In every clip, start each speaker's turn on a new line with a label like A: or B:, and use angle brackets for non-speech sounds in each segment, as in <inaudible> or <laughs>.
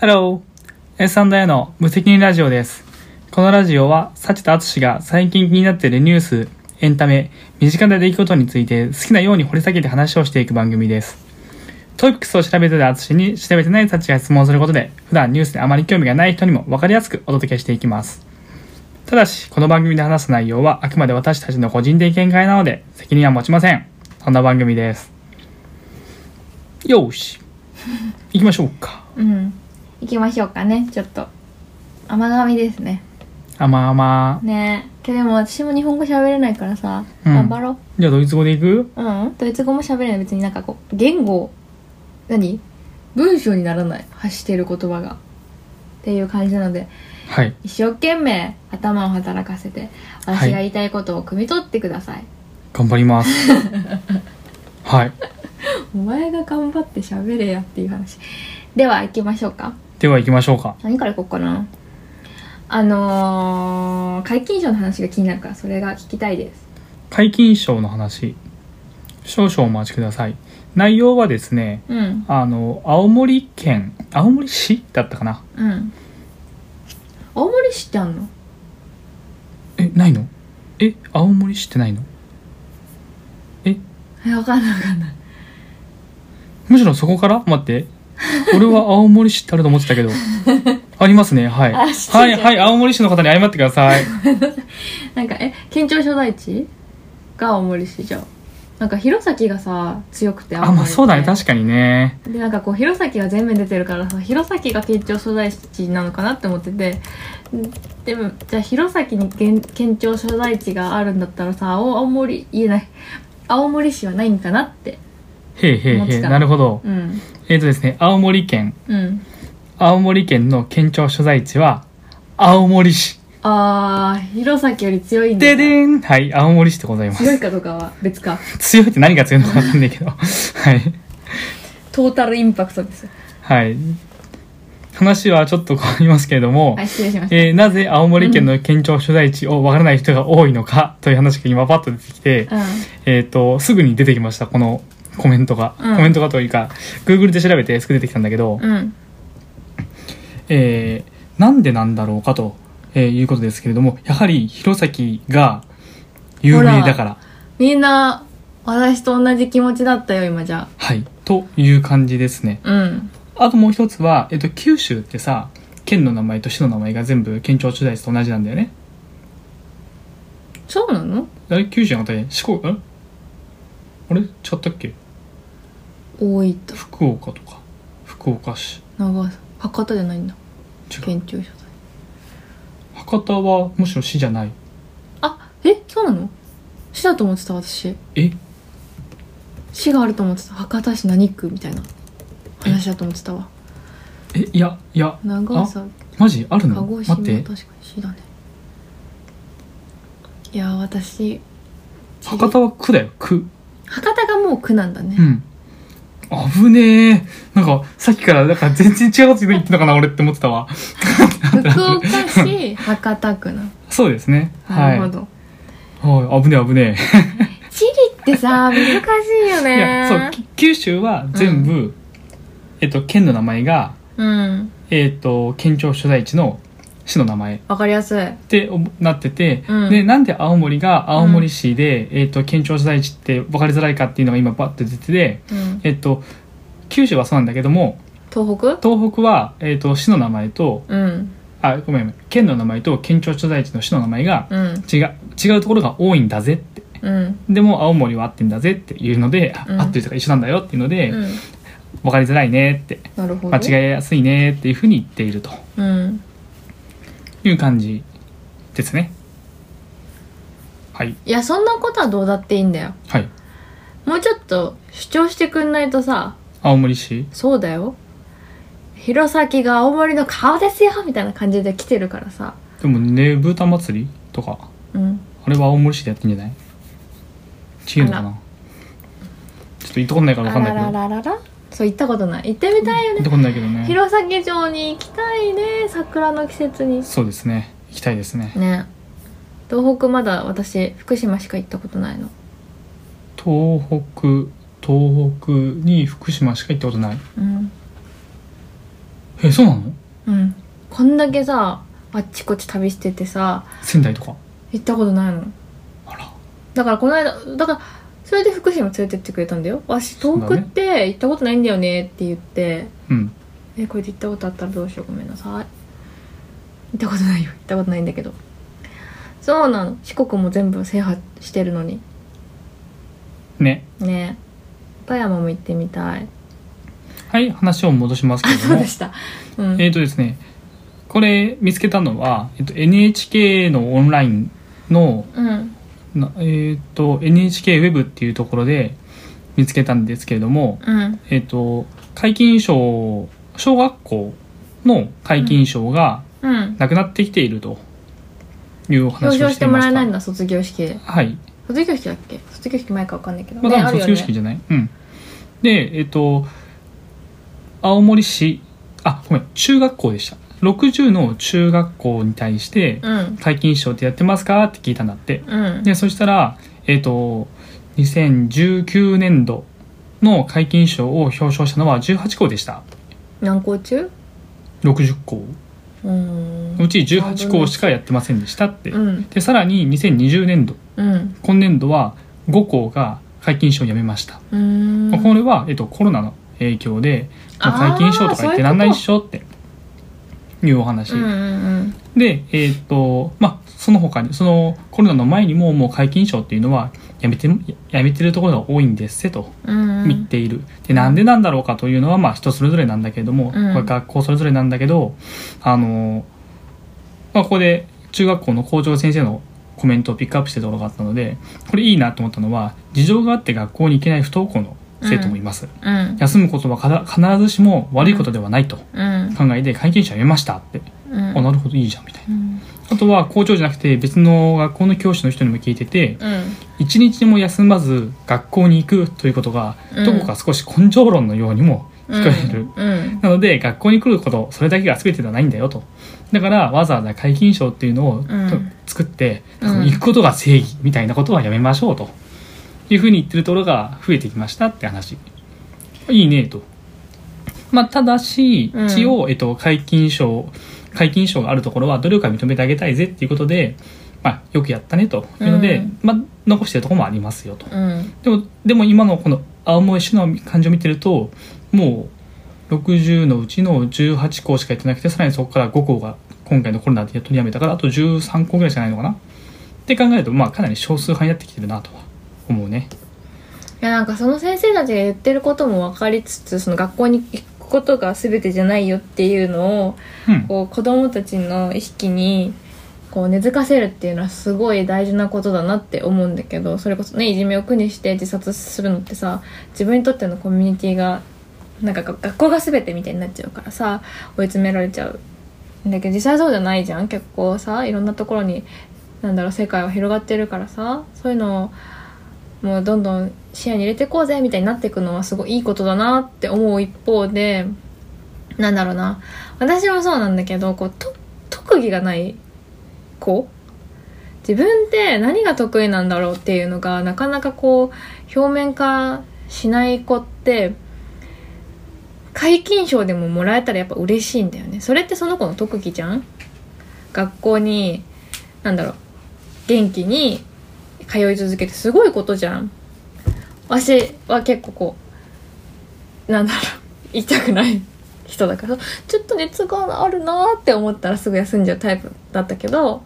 A: Hello! S&A の無責任ラジオです。このラジオは、幸田敦が最近気になっているニュース、エンタメ、身近な出来事について好きなように掘り下げて話をしていく番組です。トピックスを調べている敦に調べてない幸が質問することで、普段ニュースであまり興味がない人にも分かりやすくお届けしていきます。ただし、この番組で話す内容はあくまで私たちの個人的見解なので、責任は持ちません。そんな番組です。よーし。行きましょうか。
B: うん行きましょうかねちょっと甘噛みですね
A: あまあまあ。
B: ねえけどでも私も日本語喋れないからさ、
A: うん
B: 頑張ろ
A: じゃあドイツ語でいく
B: ううんドイツ語も喋れない別になんかこう言語何文章にならない発している言葉がっていう感じなので
A: はい。
B: 一生懸命頭を働かせて
A: は
B: 私
A: い
B: が言いたいことを汲み取ってください、
A: 頑張ります。 <laughs> はい。
B: お前が頑張って喋れやっていう話では行きましょうか
A: では行きましょうか。
B: 何からいこうかなあのー、解禁賞の話が気になるからそれが聞きたいです
A: 解禁賞の話。少々お待ちください。内容はですね、
B: うん
A: あの、青森県、青森市だったかな
B: うん青森市ってあんの
A: え、ないのえ、青森市ってないの
B: えわかんないわかんない
A: むしろそこから待って。俺は青森市ってあると思ってたけど。 <laughs> ありますね、はい。
B: あ知って
A: は
B: る
A: い、はい、青森市の方に謝ってください。
B: なんかえ県庁所在地が青森市じゃんなんか弘前がさ強くて青
A: あ、
B: 森
A: まあそうだね、
B: か
A: 確かにね。
B: でなんかこう弘前が全面出てるからさ弘前が県庁所在地なのかなって思っててんでもじゃあ弘前に県県庁所在地があるんだったらさ青青森言えない青森市はないんかなって
A: へいへい
B: 思っ
A: へい、
B: てた
A: なるほど。
B: うん
A: えっ、とですね、青森県、
B: うん
A: 青森県の県庁所在地は青森市
B: あー弘前より強いんだ
A: ででんはい青森市でございま
B: 強い
A: す <laughs>
B: かどうかは別か
A: 強いって何が強いのか分かんないけど <laughs> はい
B: トータルインパクトです
A: はい話はちょっと変わりますけれども、
B: はい失礼しました
A: えーなぜ青森県の県庁所在地をわからない人が多いのかという話が今パッと出てきて、えー、とすぐに出てきましたこのコメントが、
B: うん
A: コメントがというか Google で調べてすぐ出てきたんだけど、
B: うんうん
A: えーなんでなんだろうかと、えーいうことですけれども、やはり弘前が有名だから、
B: みんな私と同じ気持ちだったよ今じゃ
A: はい、という感じですね。
B: うん
A: あともう一つは、えっと、九州ってさ、県の名前と市の名前が全部県庁所在地と同じなんだよね。
B: そうなの
A: あれ九州の方で四国、んあれ違ったっけ
B: 大分
A: 福岡とか、福岡市。
B: 長崎博多じゃないんだ
A: 違う。
B: 県庁所在地
A: 博多はむしろ市じゃない。
B: あえそうなの市だと思ってた私
A: え
B: 市があると思ってた博多市何区みたいな話だと思ってたわ
A: え、いや、いや、
B: 長崎
A: マジある
B: 鹿
A: の
B: 児
A: 待
B: 島
A: っ
B: 確かに
A: て。
B: 市だねいや私
A: 博多は区だよ、区。
B: 博多がもう区なんだね
A: <laughs> うん。危ねえ。なんか、さっきから、なんか全然違うこと言ってたかな、俺って思ってたわ。
B: 福岡市博多区
A: <laughs>
B: なの
A: そうですね。
B: な
A: は
B: る
A: い。
B: ほど、
A: はい、危ねえ、危ね
B: 地理ってさ難しいよ
A: え。いや、
B: ね
A: そう、き九州は全部、えっと、県の名前が、
B: うん
A: えっと、県庁所在地の市の名前っ
B: わかりやすい
A: ておなってて、
B: うん
A: で、なんで青森が青森市で、えっと、県庁所在地って分かりづらいかっていうのが今バッて出てて、
B: うん
A: えっと、九州はそうなんだけども、
B: 東北
A: 東北は、えっと、市の名前と、
B: うん
A: あ、ごめんごめん、県の名前と県庁所在地の市の名前が
B: うん
A: 違う、違うところが多いんだぜって。
B: うん
A: でも青森は合ってんだぜっていうので、あ
B: うん
A: 合ってるとか一緒なんだよっていうので、
B: うん
A: 分かりづらいねって、
B: なるほど
A: 間違えやすいねっていうふうに言っていると
B: うん
A: いう感じですね。はい。
B: いやそんなことはどうだっていいんだよ
A: はい。
B: もうちょっと主張してくんないとさ
A: 青森市
B: そうだよ弘前が青森の顔ですよみたいな感じで来てるからさ
A: でもねぶた祭りとか、
B: うん
A: あれは青森市でやってんじゃない違うのか
B: あ
A: なちょっと行ってこんないか
B: あ
A: ら分かんな
B: ら
A: いけ
B: ら
A: ど。
B: らららそう行ったことない行ってみたいよ
A: 行っ
B: ね
A: てこんないけどね。
B: 弘前城に行きたいね桜の季節に
A: そうですね。行きたいですね。
B: ね東北まだ私福島しか行ったことないの
A: 東北東北に福島しか行ったことない
B: うん
A: えそうなの
B: うんこんだけさあっちこっち旅しててさ
A: 仙台とか
B: 行ったことないの
A: あら
B: だからこの間だからそれで福島連れてってくれたんだよわし遠くって行ったことないんだよねって言って、
A: うん
B: えこれで行ったことあったらどうしようごめんなさい行ったことないよ行ったことないんだけどそうなの四国も全部制覇してるのに
A: ね
B: ねえ富山も行ってみたい
A: はい話を戻しますけ
B: あ
A: れ
B: そ
A: ど
B: う
A: も
B: でしたうん
A: えーとですねこれ見つけたのは、えっと、NHK のオンラインの
B: うん
A: なえー、と NHK ウェブっていうところで見つけたんですけれども、
B: うん
A: えー、と皆勤賞小学校の皆勤賞が
B: うん
A: なくなってきているというお
B: 表
A: 話を
B: 彰し
A: して
B: て
A: い
B: も
A: ま
B: ら
A: し
B: え
A: た
B: ないんだ卒業式で
A: はい、
B: 卒業式だっけ卒業式前か分かんないけど、
A: まあ、多
B: あ
A: 分
B: る
A: 卒
B: よ
A: 業式じゃない、うんでえっ、と青森市あごめん中学校でした60の中学校に対して
B: うん
A: 皆勤賞ってやってますかって聞いたんだって
B: うん
A: でそしたら、えっと2019年度の皆勤賞を表彰したのは18校でした
B: 何校中
A: 60校
B: うん
A: うち18校しかやってませんでしたって、
B: うん
A: でさらに2020年度
B: うん
A: 今年度は5校が皆勤賞をやめました、
B: うーん
A: これは、えっとコロナの影響でもう
B: あー
A: 皆勤賞とか言ってらんないっしょっていうお話、
B: うんうん
A: で、えーっと、まあ、その他に、そのコロナの前にも、もう皆勤賞っていうのはやめて、やめてるところが多いんですせと
B: うんうん
A: 言っている。で、なんでなんだろうかというのは、まあ、人それぞれなんだけれども、
B: うん
A: これ学校それぞれなんだけど、あの、まあ、ここで中学校の校長先生のコメントをピックアップしてるところがあったので、これいいなと思ったのは、事情があって学校に行けない不登校の生徒もいます。
B: うん
A: 休むことはかだ必ずしも悪いことではないと
B: うん
A: 考えて、皆勤賞やめましたって。
B: うん
A: あ、なるほど、いいじゃん、みたいな。
B: うん
A: あとは校長じゃなくて別の学校の教師の人にも聞いてて
B: うん
A: 一日も休まず学校に行くということが
B: うん
A: どこか少し根性論のようにも聞こえる、
B: うん
A: なので学校に来ることそれだけが全てではないんだよとだからわざわざ皆勤賞っていうのを
B: ん
A: 作って、
B: うん
A: 行くことが正義みたいなことはやめましょうというふうに言ってるところが増えてきましたって話いいねとまあただし
B: うん
A: 一応、えっと、皆勤賞皆勤賞があるところは努力は認めてあげたいぜっていうことで、まあ、よくやったねというので、
B: うん
A: まあ、残してるところもありますよと
B: うん
A: でもでも今のこの青森市の感じを見てるともう60のうちの18校しかやってなくてさらにそこから5校が今回のコロナで取りやめたからあと13校ぐらいしかないのかなって考えるとまあかなり少数派になってきてるなとは思うね
B: いやなんかその先生たちが言ってることも分かりつつその学校に行くことが全てじゃないよっていうのを
A: うん
B: こう子供たちの意識にこう根付かせるっていうのはすごい大事なことだなって思うんだけどそれこそねいじめを苦にして自殺するのってさ自分にとってのコミュニティがなんかが学校が全てみたいになっちゃうからさ追い詰められちゃうだけど実際そうじゃないじゃん結構さいろんなところになんだろう世界は広がってるからさそういうのをもうどんどん視野に入れてこうぜみたいになっていくのはすごいいいことだなって思う一方でなんだろうな私もそうなんだけどこうと特技がない子自分って何が得意なんだろうっていうのがなかなかこう表面化しない子って皆勤賞でももらえたらやっぱ嬉しいんだよねそれってその子の特技じゃん学校になんだろう元気に通い続けてすごいことじゃん私は結構こうなんだろう言いたくない人だからちょっと熱があるなーって思ったらすぐ休んじゃうタイプだったけど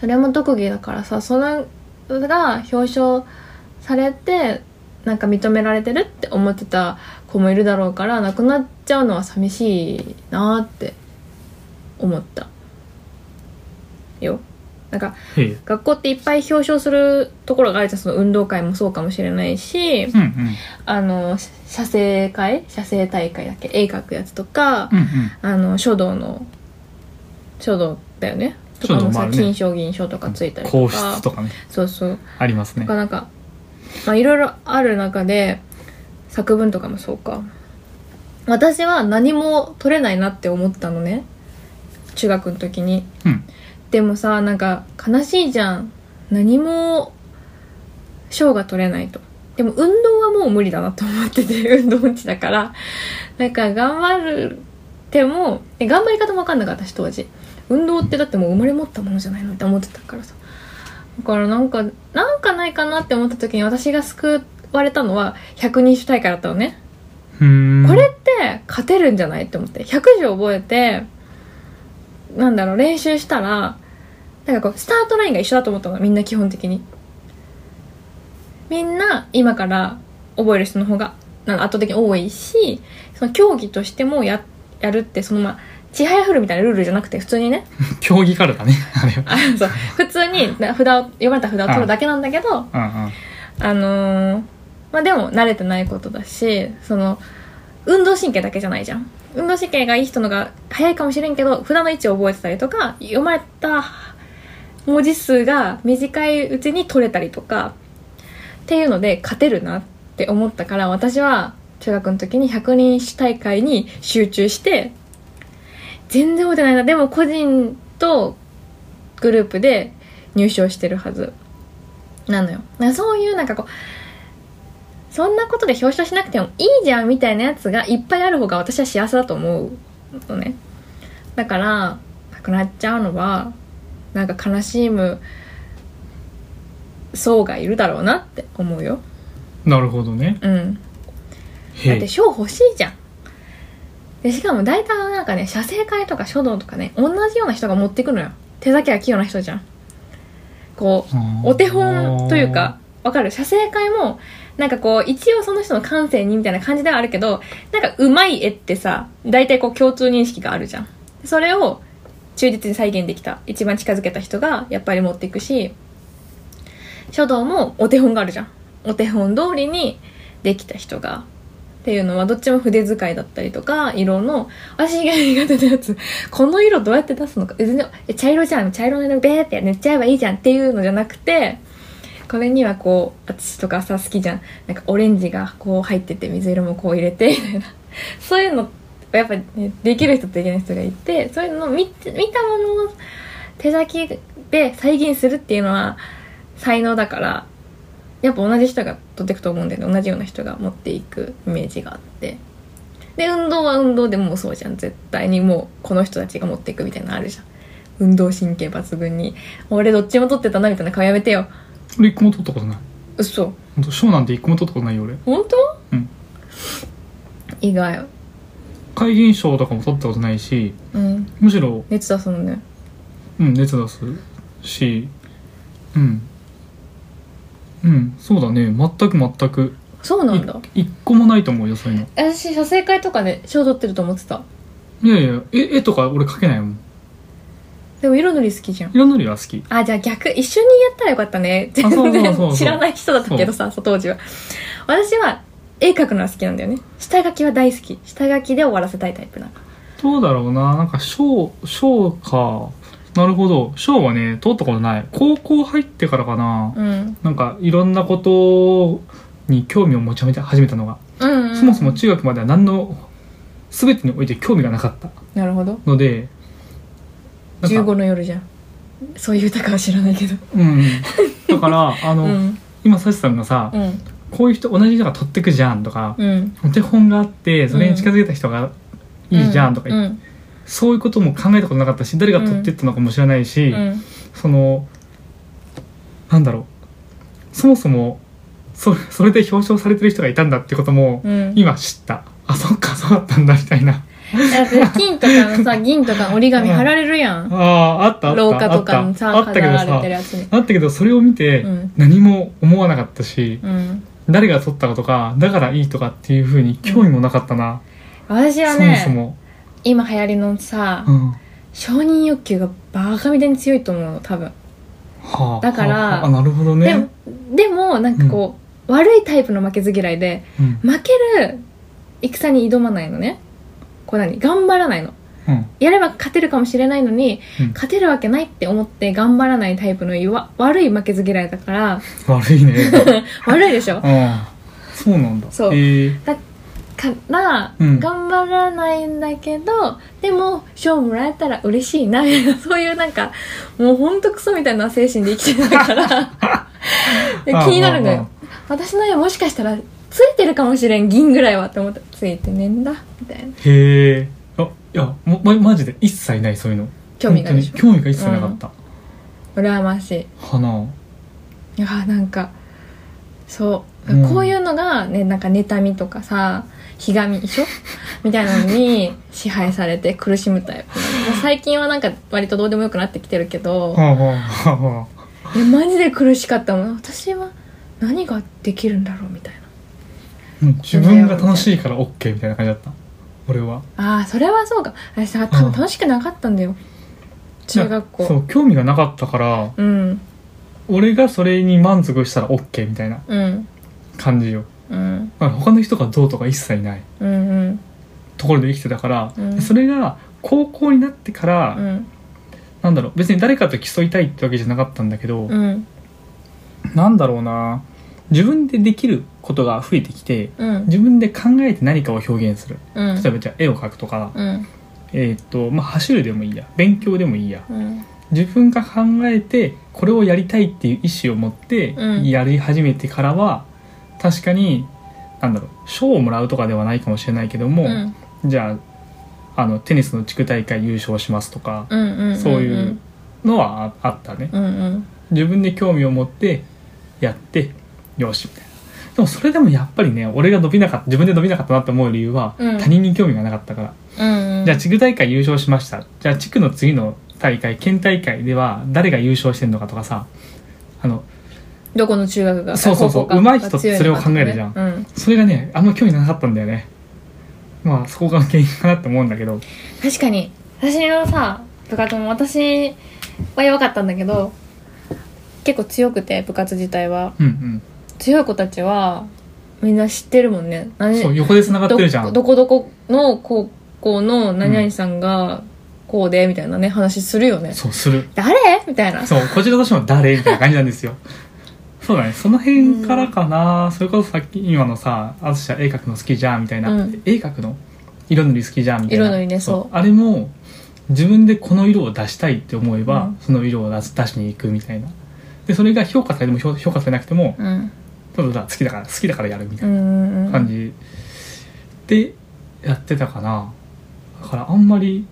B: それも特技だからさそれが表彰されてなんか認められてるって思ってた子もいるだろうからなくなっちゃうのは寂しいなーって思ったよなんか
A: へえ
B: 学校っていっぱい表彰するところがあるじゃんその運動会もそうかもしれないし
A: うんうん
B: あのし写生会写生大会だっけ絵描くやつとか、
A: うん
B: あの書道の書道だよねとか
A: 書道
B: も
A: もあ
B: さ
A: るね
B: 金賞銀賞と
A: う
B: か
A: ん
B: ついたりと
A: 皇
B: か
A: 室とかね
B: そうそう
A: ありますね
B: とかなんかまあいろいろある中で作文とかもそうか私は何も取れないなって思ったのね中学の時に
A: うん
B: でもさなんか悲しいじゃん何も賞が取れないとでも運動はもう無理だなと思ってて <laughs> 運動音痴だからなんか頑張るてもえ頑張り方も分かんなかったし当時運動ってだってもう生まれ持ったものじゃないのって思ってたからさだからなんかなんかないかなって思った時に私が救われたのは百人種大会だったのね
A: うーん
B: これって勝てるんじゃないって思って100字覚えてなんだろう練習したらなんかこうスタートラインが一緒だと思ったのみんな基本的にみんな今から覚える人の方がなんか圧倒的に多いしその競技としてもややるってそのまあちはやふるみたいなルールじゃなくて普通にね
A: 競技からだね <laughs> あれは
B: あそう普通
A: <laughs>
B: にな札を読まれた札を取るだけなんだけど
A: うんうん
B: あのーまあでも慣れてないことだしその運動神経だけじゃないじゃん運動神経がいい人のが早いかもしれんけど札の位置を覚えてたりとか読まれた文字数が短いうちに取れたりとかっていうので勝てるなって思ったから私は中学の時に百人一首大会に集中して全然覚えてないなでも個人とグループで入賞してるはずなのよなんかそういうなんかこうそんなことで表彰しなくてもいいじゃんみたいなやつがいっぱいある方が私は幸せだと思うのねだからなくなっちゃうのはなんか悲しむ層がいるだろうなって思うよ
A: なるほどね
B: うんだっ
A: へ
B: て
A: え
B: 賞欲しいじゃんでしかも大体なんかね写生会とか書道とかね同じような人が持ってくのよ手先が器用な人じゃんこうお手本というかわかる写生会もなんかこう一応その人の感性にみたいな感じではあるけどなんかうまい絵ってさ大体こう共通認識があるじゃんそれを忠実に再現できた一番近づけた人がやっぱり持っていくし書道もお手本があるじゃんお手本通りにできた人がっていうのはどっちも筆使いだったりとか色の私が苦手なやつこの色どうやって出すのかえ全然え茶色じゃん茶色の色ベーって塗っちゃえばいいじゃんっていうのじゃなくてこれにはこう私とかさ好きじゃんなんかオレンジがこう入ってて水色もこう入れてみたいなそういうのやっぱ、ね、できる人とできない人がいてそういうのを見て見たものを手先で再現するっていうのは才能だからやっぱ同じ人が取っていくと思うんだよね同じような人が持っていくイメージがあってで運動は運動でもうそうじゃん絶対にもうこの人たちが持っていくみたいなのあるじゃん運動神経抜群に俺どっちも取ってたなみたいな顔やめてよ
A: 俺一個も取ったことない
B: 嘘
A: 本当賞なんて一個も取ったことないよ俺
B: 本当
A: うん
B: 意外
A: 会議員賞とかも取ったことないし
B: うん
A: むしろ、
B: 熱出すもんね
A: うん、熱出すしうんうんそうだね全く全く
B: そうなんだ
A: い一個もないと思うよそういうの
B: 私写生会とかで賞取ってると思ってた
A: いやいや絵絵とか俺描けないもん
B: でも色塗り好きじゃん
A: 色塗りは好き
B: あじゃあ逆一緒にやったらよかったね全
A: そうそうそうそう
B: 然知らない人だったけどさそう当時は私は絵描くのは好きなんだよね下書きは大好き下書きで終わらせたいタイプなの
A: どうだろうななんか賞賞かなるほど賞はね通ったことない高校入ってからかな、
B: うん
A: なんかいろんなことに興味を持ち始めたのが、
B: うん、うん、
A: そもそも中学までは何の全てにおいて興味がなかった
B: なるほど
A: のでなんか
B: 15の夜じゃんそういう歌かは知らないけど
A: うんだから
B: <laughs>
A: あ
B: う
A: の、
B: ん
A: 今サチさんがさ、
B: うん
A: こういう人同じ人が取ってくじゃんとか、
B: うん
A: お手本があってそれに近づけた人がいいじゃんとか、
B: うんうん
A: そういうことも考えたことなかったし誰が取ってったのかも知らないし、
B: うん
A: そのなんだろうそもそもそそれで表彰されてる人がいたんだってことも
B: うん
A: 今知った、あそっかそうだったんだみたいな
B: だって金とか
A: <laughs>
B: のさ銀とかの折り紙貼られるやん
A: あああったあった
B: 廊下とか
A: あ
B: に
A: った
B: さ
A: あったけ
B: 飾
A: ど
B: られてる
A: さ
B: やつに
A: あったけどそれを見て
B: うん
A: 何も思わなかったし、
B: うん
A: 誰が取ったとかだからいいとかっていうふうに興味もなかったな、
B: 私は
A: そも
B: ね
A: そも、
B: 今流行りのさ、
A: うんは
B: 承認欲求がバカみたいに強いと思うの多分、
A: あ、
B: だから
A: はああなるほどね
B: でもでもなんかこう、悪いタイプの負けず嫌いで
A: うん
B: 負ける戦に挑まないのねこう何頑張らないの
A: うん
B: やれば勝てるかもしれないのに、
A: うん
B: 勝てるわけないって思って頑張らないタイプの弱悪い負けず嫌いだから
A: 悪いね
B: <laughs> 悪いでしょ
A: ああそうなんだ
B: そう
A: へえ
B: から、
A: うん
B: 頑張らないんだけどでも賞もらえたら嬉しいなそういうなんか
A: <laughs>
B: もうほんとクソみたいな精神で生きてたからで気になるのよ私の家もしかしたらついてるかもしれん銀ぐらいはって思ったついてねえんだみたいな
A: へえあいやもまマジで一切ないそういうの
B: 興味がでし
A: 本
B: ょ
A: 当に興味が一切なかった、
B: 羨ましい
A: 花
B: いやなんかそう、
A: うん
B: こういうのがねなんか妬みとかさひがみで
A: <laughs>
B: しょみたいなのに支配されて苦しむタイプなの最近はなんか割とどうでもよくなってきてるけど、
A: はあはあはあはい
B: やマジで苦しかったもん私は何ができるんだろうみたいな
A: あもう自分が楽しいから OK みたいな感じだった俺は
B: ああそれはそうか私さ多分楽しくなかったんだよ中学
A: いやそ
B: 校
A: う興味がなかったから
B: うん
A: 俺がそれに満足したら OK みたいな
B: うん
A: 感じよ
B: うん
A: だから他の人がどうとか一切ない
B: うんうん
A: ところで生きてたから、
B: うん
A: それが高校になってから、
B: うん
A: なんだろう別に誰かと競いたいってわけじゃなかったんだけど、
B: うん
A: なんだろうな自分でできることが増えてきて
B: うん
A: 自分で考えて何かを表現する
B: うん
A: 例えばじゃあ絵を描くとか、
B: うん
A: えーっとまあ走るでもいいや勉強でもいいや
B: うん
A: 自分が考えてこれをやりたいっていう意思を持って
B: うん
A: やり始めてからは、確かになんだろう賞をもらうとかではないかもしれないけども、
B: うん
A: じゃああのテニスの地区大会優勝しますとか
B: うんうんうん
A: そういうのはああったね
B: うんうん
A: 自分で興味を持ってやってよしみたいなでもそれでもやっぱりね俺が伸びなかった自分で伸びなかったなって思う理由は、
B: うん
A: 他人に興味がなかったから
B: うんうん
A: じゃあ地区大会優勝しましたじゃあ地区の次の大会県大会では誰が優勝してんのかとかさあの
B: どこの中学が
A: そうそうそう
B: 高校か
A: 上手い人ってそれを考えるじゃん
B: うん
A: それがねあんま興味なかったんだよねまあそこが原因かなって思うんだけど
B: 確かに私のさ部活も私は弱かったんだけど結構強くて部活自体は
A: うん
B: 強い子たちはみんな知ってるもんね
A: う
B: 何
A: んそう横で繋がってるじゃん
B: どどこどこの高校の何々さんがこうでみたいなね話するよね
A: そうする
B: 誰みたいな
A: そうこちらとしても誰みたいな感じなんです
B: <laughs>
A: よそうだねその辺からかな、それこそさっき今のさ「淳は絵描くの好きじゃん」みたいな、
B: うん
A: 絵描くの色塗り好きじゃんみたいな
B: 色塗りねそう
A: あれも自分でこの色を出したいって思えば、
B: うん
A: その色を出す出しに行くみたいなでそれが評価されても評評価されなくても
B: うん
A: ただただ好きだから好きだからやるみた
B: う
A: い
B: んうんう
A: なん感じでやってたかなだからあんまり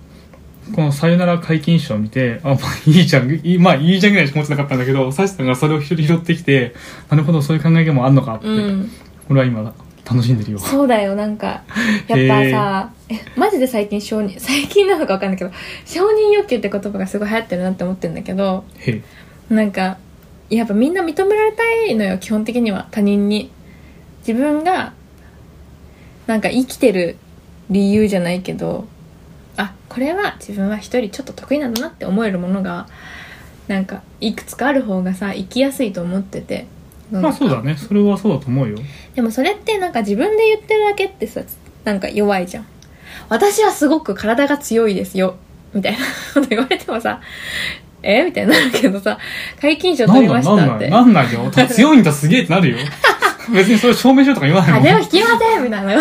A: この「さよなら解禁賞」を見てあまあいいじゃんいいまあいいじゃんぐらいしか思ってなかったんだけどサシさんがそれを拾ってきてなるほどそういう考えもあんのかって、
B: うん
A: 俺は今楽しんでるよ
B: そうだよなんかやっぱさえマジで最近承認 <laughs> 最近なのか分かんないけど承認欲求って言葉がすごい流行ってるなって思ってるんだけど
A: へえ
B: なんかやっぱみんな認められたいのよ基本的には他人に自分がなんか生きてる理由じゃないけどあこれは自分は一人ちょっと得意なんだなって思えるものがなんかいくつかある方がさ生きやすいと思ってて
A: まあそうだねそれはそうだと思うよ
B: でもそれってなんか自分で言ってるだけってさなんか弱いじゃん私はすごく体が強いですよみたいなこと言われてもさえみたいになるけどさ解禁賞
A: な
B: 取
A: んな
B: りま
A: ん
B: し
A: な
B: たっ
A: んな
B: て
A: いなんないよ強いんだすげえってな
B: <laughs>
A: るよ別にそれ証明しようとか言わない
B: 風
A: もん
B: 邪をひきませんみたいなで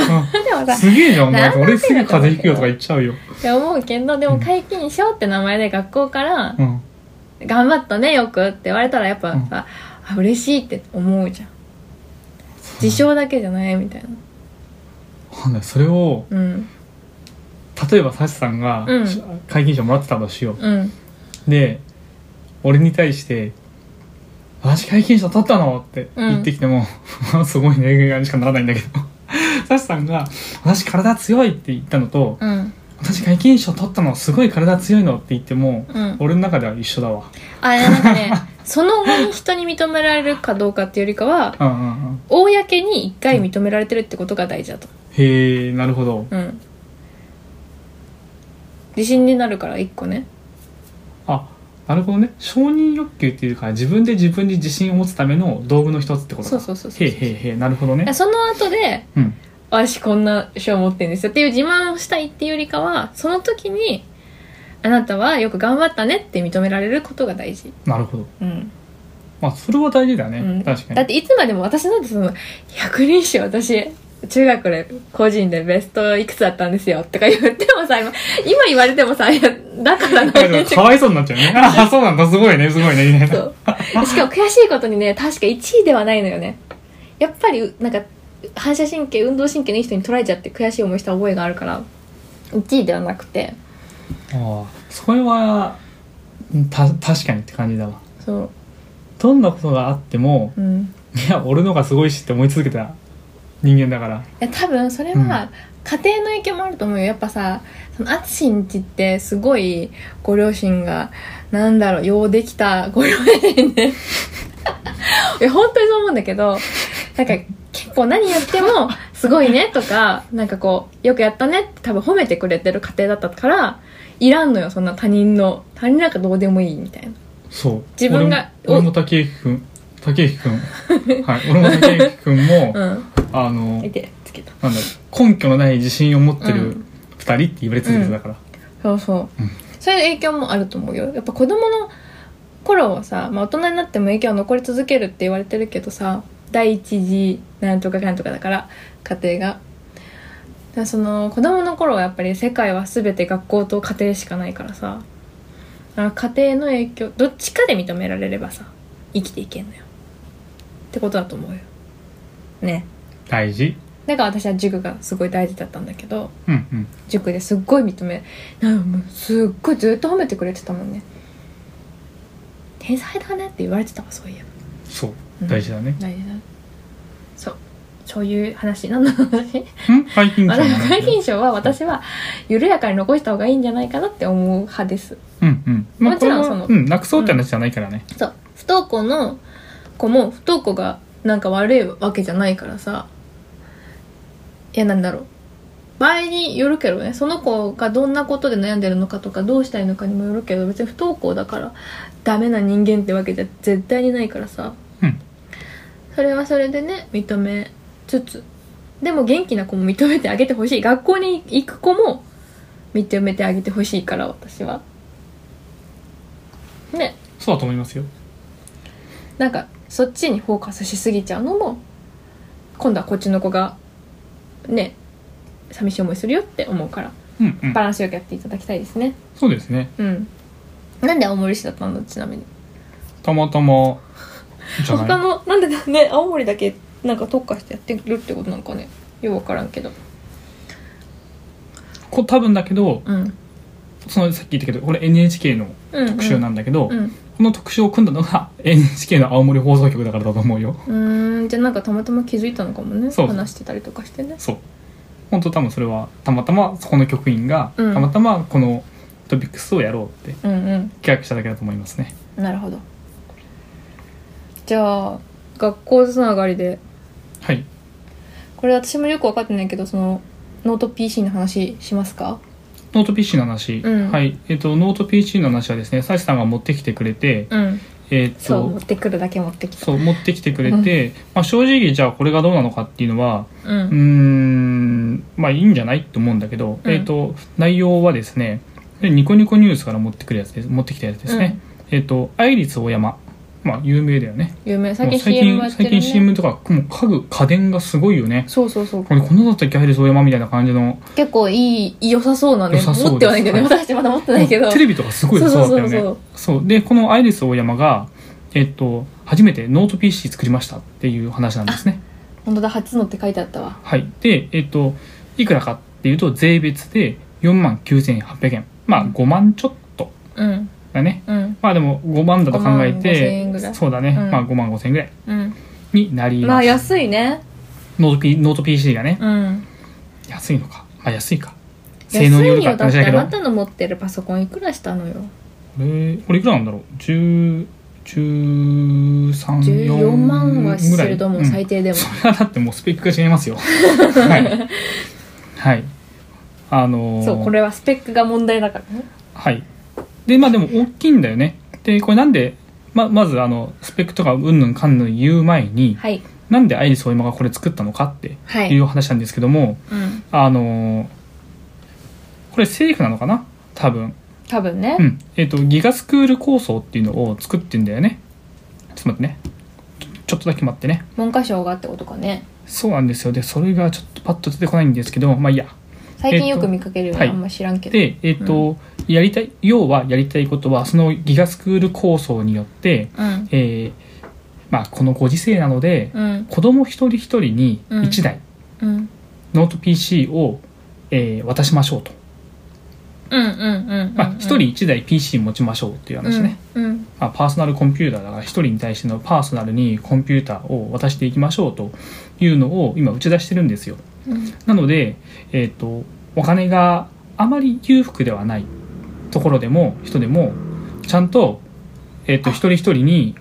B: もさ
A: すげえじゃんお前
B: なんなん
A: 俺すぐ風邪ひくよとか言っちゃうよ
B: って思うけどでも解禁賞って名前で学校から
A: うん
B: 「頑張ったねよく」って言われたらやっぱさ、あ嬉しいって思うじゃん自称だけじゃないみたいな
A: わかんないそれを
B: うん
A: 例えばサシさんが、
B: うん
A: し解禁賞もらってたとしよ
B: うん
A: うで俺に対して「私解禁賞取ったの?」って
B: うん
A: 言ってきても、 <laughs> まあすごいねぐらいにしかならないんだけど <laughs> サシさんが「私体強い」って言ったのと
B: うん
A: 「私解禁賞取ったのすごい体強いの」って言っても
B: うん
A: 俺の中では一緒だわ
B: あれなんかね <laughs> その後に人に認められるかどうかっていうよりかは
A: うんうんうん
B: 公に一回認められてるってことが大事だと
A: へえなるほど
B: うん自信になるから一個ね
A: あなるほどね承認欲求っていうか自分で自分に自信を持つための道具の一つってことか
B: そうそうそうそ
A: へ
B: う
A: えへえへえなるほどね
B: その後で
A: うん
B: 私こんな賞持ってるんですよっていう自慢をしたいっていうよりかはその時にあなたはよく頑張ったねって認められることが大事
A: なるほど
B: うん、
A: まあそれは大事だね、
B: うん、
A: 確かに
B: だっていつまでも私なんてその100人賞私中学で個人でベストいくつだったんですよとか言ってもさ今今言われてもさいやだから
A: だから
B: ね
A: かわいそうになっちゃうね
B: <laughs>
A: ああそうなんだすごいねすごいねみたいな
B: そう。しかも悔しいことにね、確か1位ではないのよね。やっぱりなんか反射神経運動神経のいい人に取られちゃって悔しい思いした覚えがあるから1位ではなくて
A: <laughs> ああそれはうんた確かにって感じだわ
B: そう
A: どんなことがあっても
B: うん
A: いや俺の方がすごいしって思い続けた人間だから
B: いや多分それ
A: うん
B: は家庭の影響もあると思うよやっぱさその淳んちってすごいご両親がなんだろうようできたご両親で <laughs> いや本当にそう思うんだけどなんか結構何やってもすごいねとかなんかこうよくやったねって多分褒めてくれてる家庭だったからいらんのよそんな他人の他人なんかどうでもいいみたいな
A: そう
B: 自分が
A: 俺も俺も竹之君竹之
B: <laughs>
A: 君はい俺も竹之君も、
B: うん
A: あの
B: 見てつけた
A: なんだろう根拠のない自信を持って
B: う
A: る
B: ん
A: 二人って言われ続けてたから、
B: そうそう、
A: うん
B: そういう影響もあると思うよやっぱ子供の頃はさ、まあ、大人になっても影響は残り続けるって言われてるけどさ第一次なんとかかんとかだから家庭がだからその子供の頃はやっぱり世界は全て学校と家庭しかないからさだから家庭の影響どっちかで認められればさ生きていけんのよってことだと思うよね
A: 大事
B: だから私は塾がすごい大事だったんだけど
A: うんうん
B: 塾ですっごい認めなんかもうすっごいずっと褒めてくれてたもんね天才だねって言われてたわそういえば
A: そう
B: うん
A: 大事だね、
B: 大事だそうそういう話何の話
A: うん、解禁
B: あ
A: 感
B: で
A: が
B: も
A: ない
B: 皆勤賞は私は緩やかに残した方がいいんじゃないかなって思う派です
A: うんうん、まあ、
B: もちろん
A: これは
B: その
A: うん、なくそうって話じゃないからね、
B: そう不登校の子も不登校がなんか悪いわけじゃないからさいやなんだろう場合によるけどねその子がどんなことで悩んでるのかとかどうしたいのかにもよるけど別に不登校だからダメな人間ってわけじゃ絶対にないからさ
A: うん、
B: それはそれでね認めつつでも元気な子も認めてあげてほしい学校に行く子も認めてあげてほしいから私はね
A: そうだと思いますよ
B: なんかそっちにフォーカスしすぎちゃうのも今度はこっちの子がね寂しい思いするよって思うから
A: うんうん
B: バランスよくやっていただきたいですね
A: そうですね
B: うんなんで青森市だったのちなみに
A: たまたまじゃ
B: 他
A: ない
B: のなんでだね青森だけなんか特化してやってるってことなのかねよくわからんけど
A: こ多分だけど
B: うん
A: そのさっき言ったけどこれ NHK の特集なんだけど、
B: うん
A: この特集を組んだのが NHK の青森放送局だからだと思うよ
B: うんうーんじゃあなんかたまたま気づいたのかもね
A: そう
B: 話してたりとかしてね
A: そう本当多分それはたまたまそこの局員がた
B: うん
A: またまこのトピックスをやろうって
B: うんうん
A: 企画しただけだと思いますね
B: なるほどじゃあ学校つながりで
A: はい
B: これ私もよく分かってないけどそのノート PC の話しますか
A: ノート PC の話、
B: うん
A: はいえっ、とノート PC の話はですねサシさんが持ってきてくれて
B: うん
A: えっ、
B: そう持
A: と
B: ってくるだけ持ってきた
A: そう持ってきてくれて、まあ、正直じゃあこれがどうなのかっていうのは
B: う
A: うー
B: ん
A: んまあいいんじゃないと思うんだけど、
B: うん
A: えっ、と内容はですねでニコニコニュースから持ってくるやつです持ってきたやつですね、えっ、とアイリスオーヤマまあ有名だよね
B: 有名最
A: もう
B: 近 CM
A: 最近
B: やってる
A: 最
B: ね
A: 近 CM とかもう家具家電がすごいよね
B: そうそうそう
A: これこんなだったっけアイリスオーヤマみたいな感じの
B: 結構いい良さそうなね
A: 良さそうです
B: 持ってはないけどね
A: はい
B: 私たちまだ持ってないけど
A: テレビとかすごい良さそうだったよねそうでこのアイリスオーヤマがえっ、と初めてノート PC 作りましたっていう話なんですね
B: 本当だ初のって書いてあったわ
A: はい、で、えっと、いくらかっていうと税別で4万9800円まあ
B: うん
A: 5万ちょっと
B: うん
A: だね
B: うん
A: まあでも5万だと考え
B: 5万5000円ぐら
A: て
B: い
A: そうだね、
B: うん
A: まあ5万5千円ぐらい
B: うん
A: になり
B: ま
A: ま
B: あ
A: す、
B: 安いね
A: ノート P ノート PC がね、
B: うん
A: 安いのかまあ安いか
B: 安
A: 性能による
B: い
A: か
B: よ
A: って
B: だっ
A: 話
B: て
A: だ
B: あ
A: けど
B: なたの持ってるパソコンいくらしたのよ
A: これこれいくらなんだろう10 13
B: 14万は
A: ぐ
B: す
A: らい
B: ると思う、
A: ん
B: 最低でも
A: それはだってもうスペックが違います
B: <laughs>
A: よはい、はい、あのー
B: そうこれはスペックが問題だからね
A: はい。で、まあでも大きいんだよね。で、これなんで、ままずあの、スペックとかうんぬんかんぬん言う前に、
B: はい
A: なんでアイリスオイマがこれ作ったのかって
B: はいいう
A: 話なんですけども、
B: うん
A: あのーこれ政府なのかな多分。
B: 多分ね
A: うん。えっ、と、ギガスクール構想っていうのを作ってんだよね。ちょっと待ってね。ちょちょっとだけ待ってね。
B: 文科省がってことかね
A: そうなんですよ。で、それがちょっとパッと出てこないんですけど、まあいいや。
B: 最近よく見かけるよね、
A: えっとはい
B: あんま知らんけど、
A: で、えっ、と、やりたい、要はやりたいことは、そのギガスクール構想によって、
B: うん
A: えーまあ、このご時世なので、
B: うん
A: 子供一人一人に
B: うん
A: 1台、
B: うん
A: ノート PC を、えー渡しましょうと。
B: うんうんうん
A: まあ、1人1台 PC 持ちましょうっていう話ね。
B: うん
A: まあ、パーソナルコンピューターだから1人に対してのパーソナルにコンピューターを渡していきましょうというのを今打ち出してるんですよ。
B: うん
A: なので、えっとお金があまり裕福ではないところでも人でもちゃんと,、えっと
B: あ
A: 一人一人に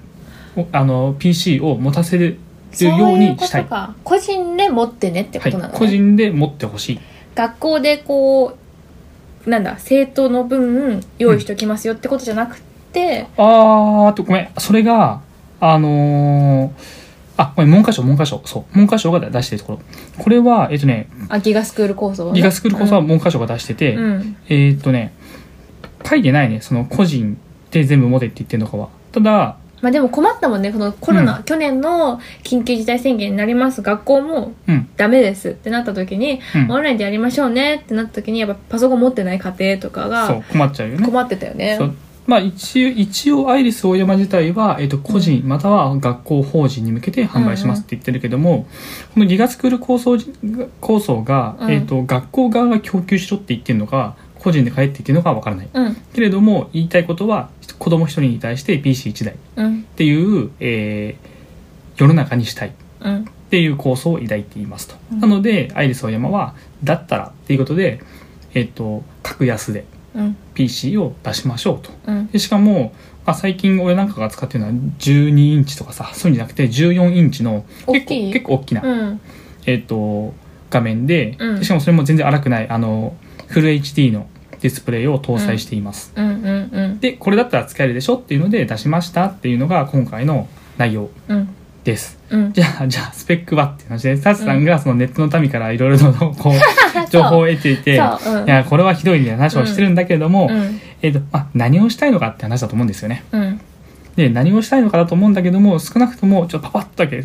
A: おあの PC を持たせる
B: そ
A: よ
B: う
A: う
B: いう
A: に
B: こ
A: したい
B: とか個人で持ってねってことな
A: は
B: の
A: い、個
B: ね、
A: 人で持ってほしい
B: 学校でこうなんだ生徒の分用意しておきますよってことじゃなくて、
A: あーっとごめんそれがあのーあごめん文科省文科省そう文科省が出してるところこれはえっ、とね
B: あギガスクール構想はね、
A: ギガスクールこそは文科省が出してて、
B: うん、うん
A: えーっとね、書いてないね、その個人で全部持てって言ってるのかは。ただ、
B: まあでも困ったもんねこのコロナ、去年の緊急事態宣言になります学校も
A: うん、
B: ダメですってなった時に、
A: うん
B: オンラインでやりましょうねってなった時にやっぱパソコン持ってない家庭とか
A: そ
B: が
A: う、困っちゃうよね。
B: 困ってたよね
A: そうまあ一応、一応アイリス大山自体は、えーっと、個人または学校法人に向けて販売しますって言ってるけども、このギガスクール構想じ、構想が、
B: うん
A: えーっと、学校側が供給しろって言ってるのか、個人で買えって言ってるのかはわからない。
B: うん
A: けれども、言いたいことは、子供一人に対して PC1 台っ
B: うん
A: ていう、えー世の中にしたい。
B: うん
A: っていう構想を抱いていますと、
B: うん
A: なのでアイリスオーヤマはだったらっていうことで、えっと格安で
B: うん
A: PC を出しましょうと
B: うん
A: でしかも、まあ、最近俺なんかが使ってるのは12インチとかさそういうんじゃなくて14インチの結構
B: 大きい
A: 結構大きな、
B: うん
A: えっと画面で,で、
B: うん
A: しかもそれも全然荒くないあのフル HD のディスプレイを搭載しています、
B: うんうんうん
A: でこれだったら使えるでしょっていうので出しましたっていうのが今回の内容
B: うん
A: です
B: うん
A: じゃあ、じゃあ、スペックはっていう話で、サツさんがそのネットの民からいろいろとこ
B: <laughs>
A: う、情報を得ていて、い
B: そうそううん
A: や、これはひどいみたいな話をしてるんだけれども、
B: うん
A: えっと、まあ、何をしたいのかって話だと思うんですよね。
B: うん
A: で、何をしたいのかだと思うんだけども、少なくとも、ちょっとパパッとだけ、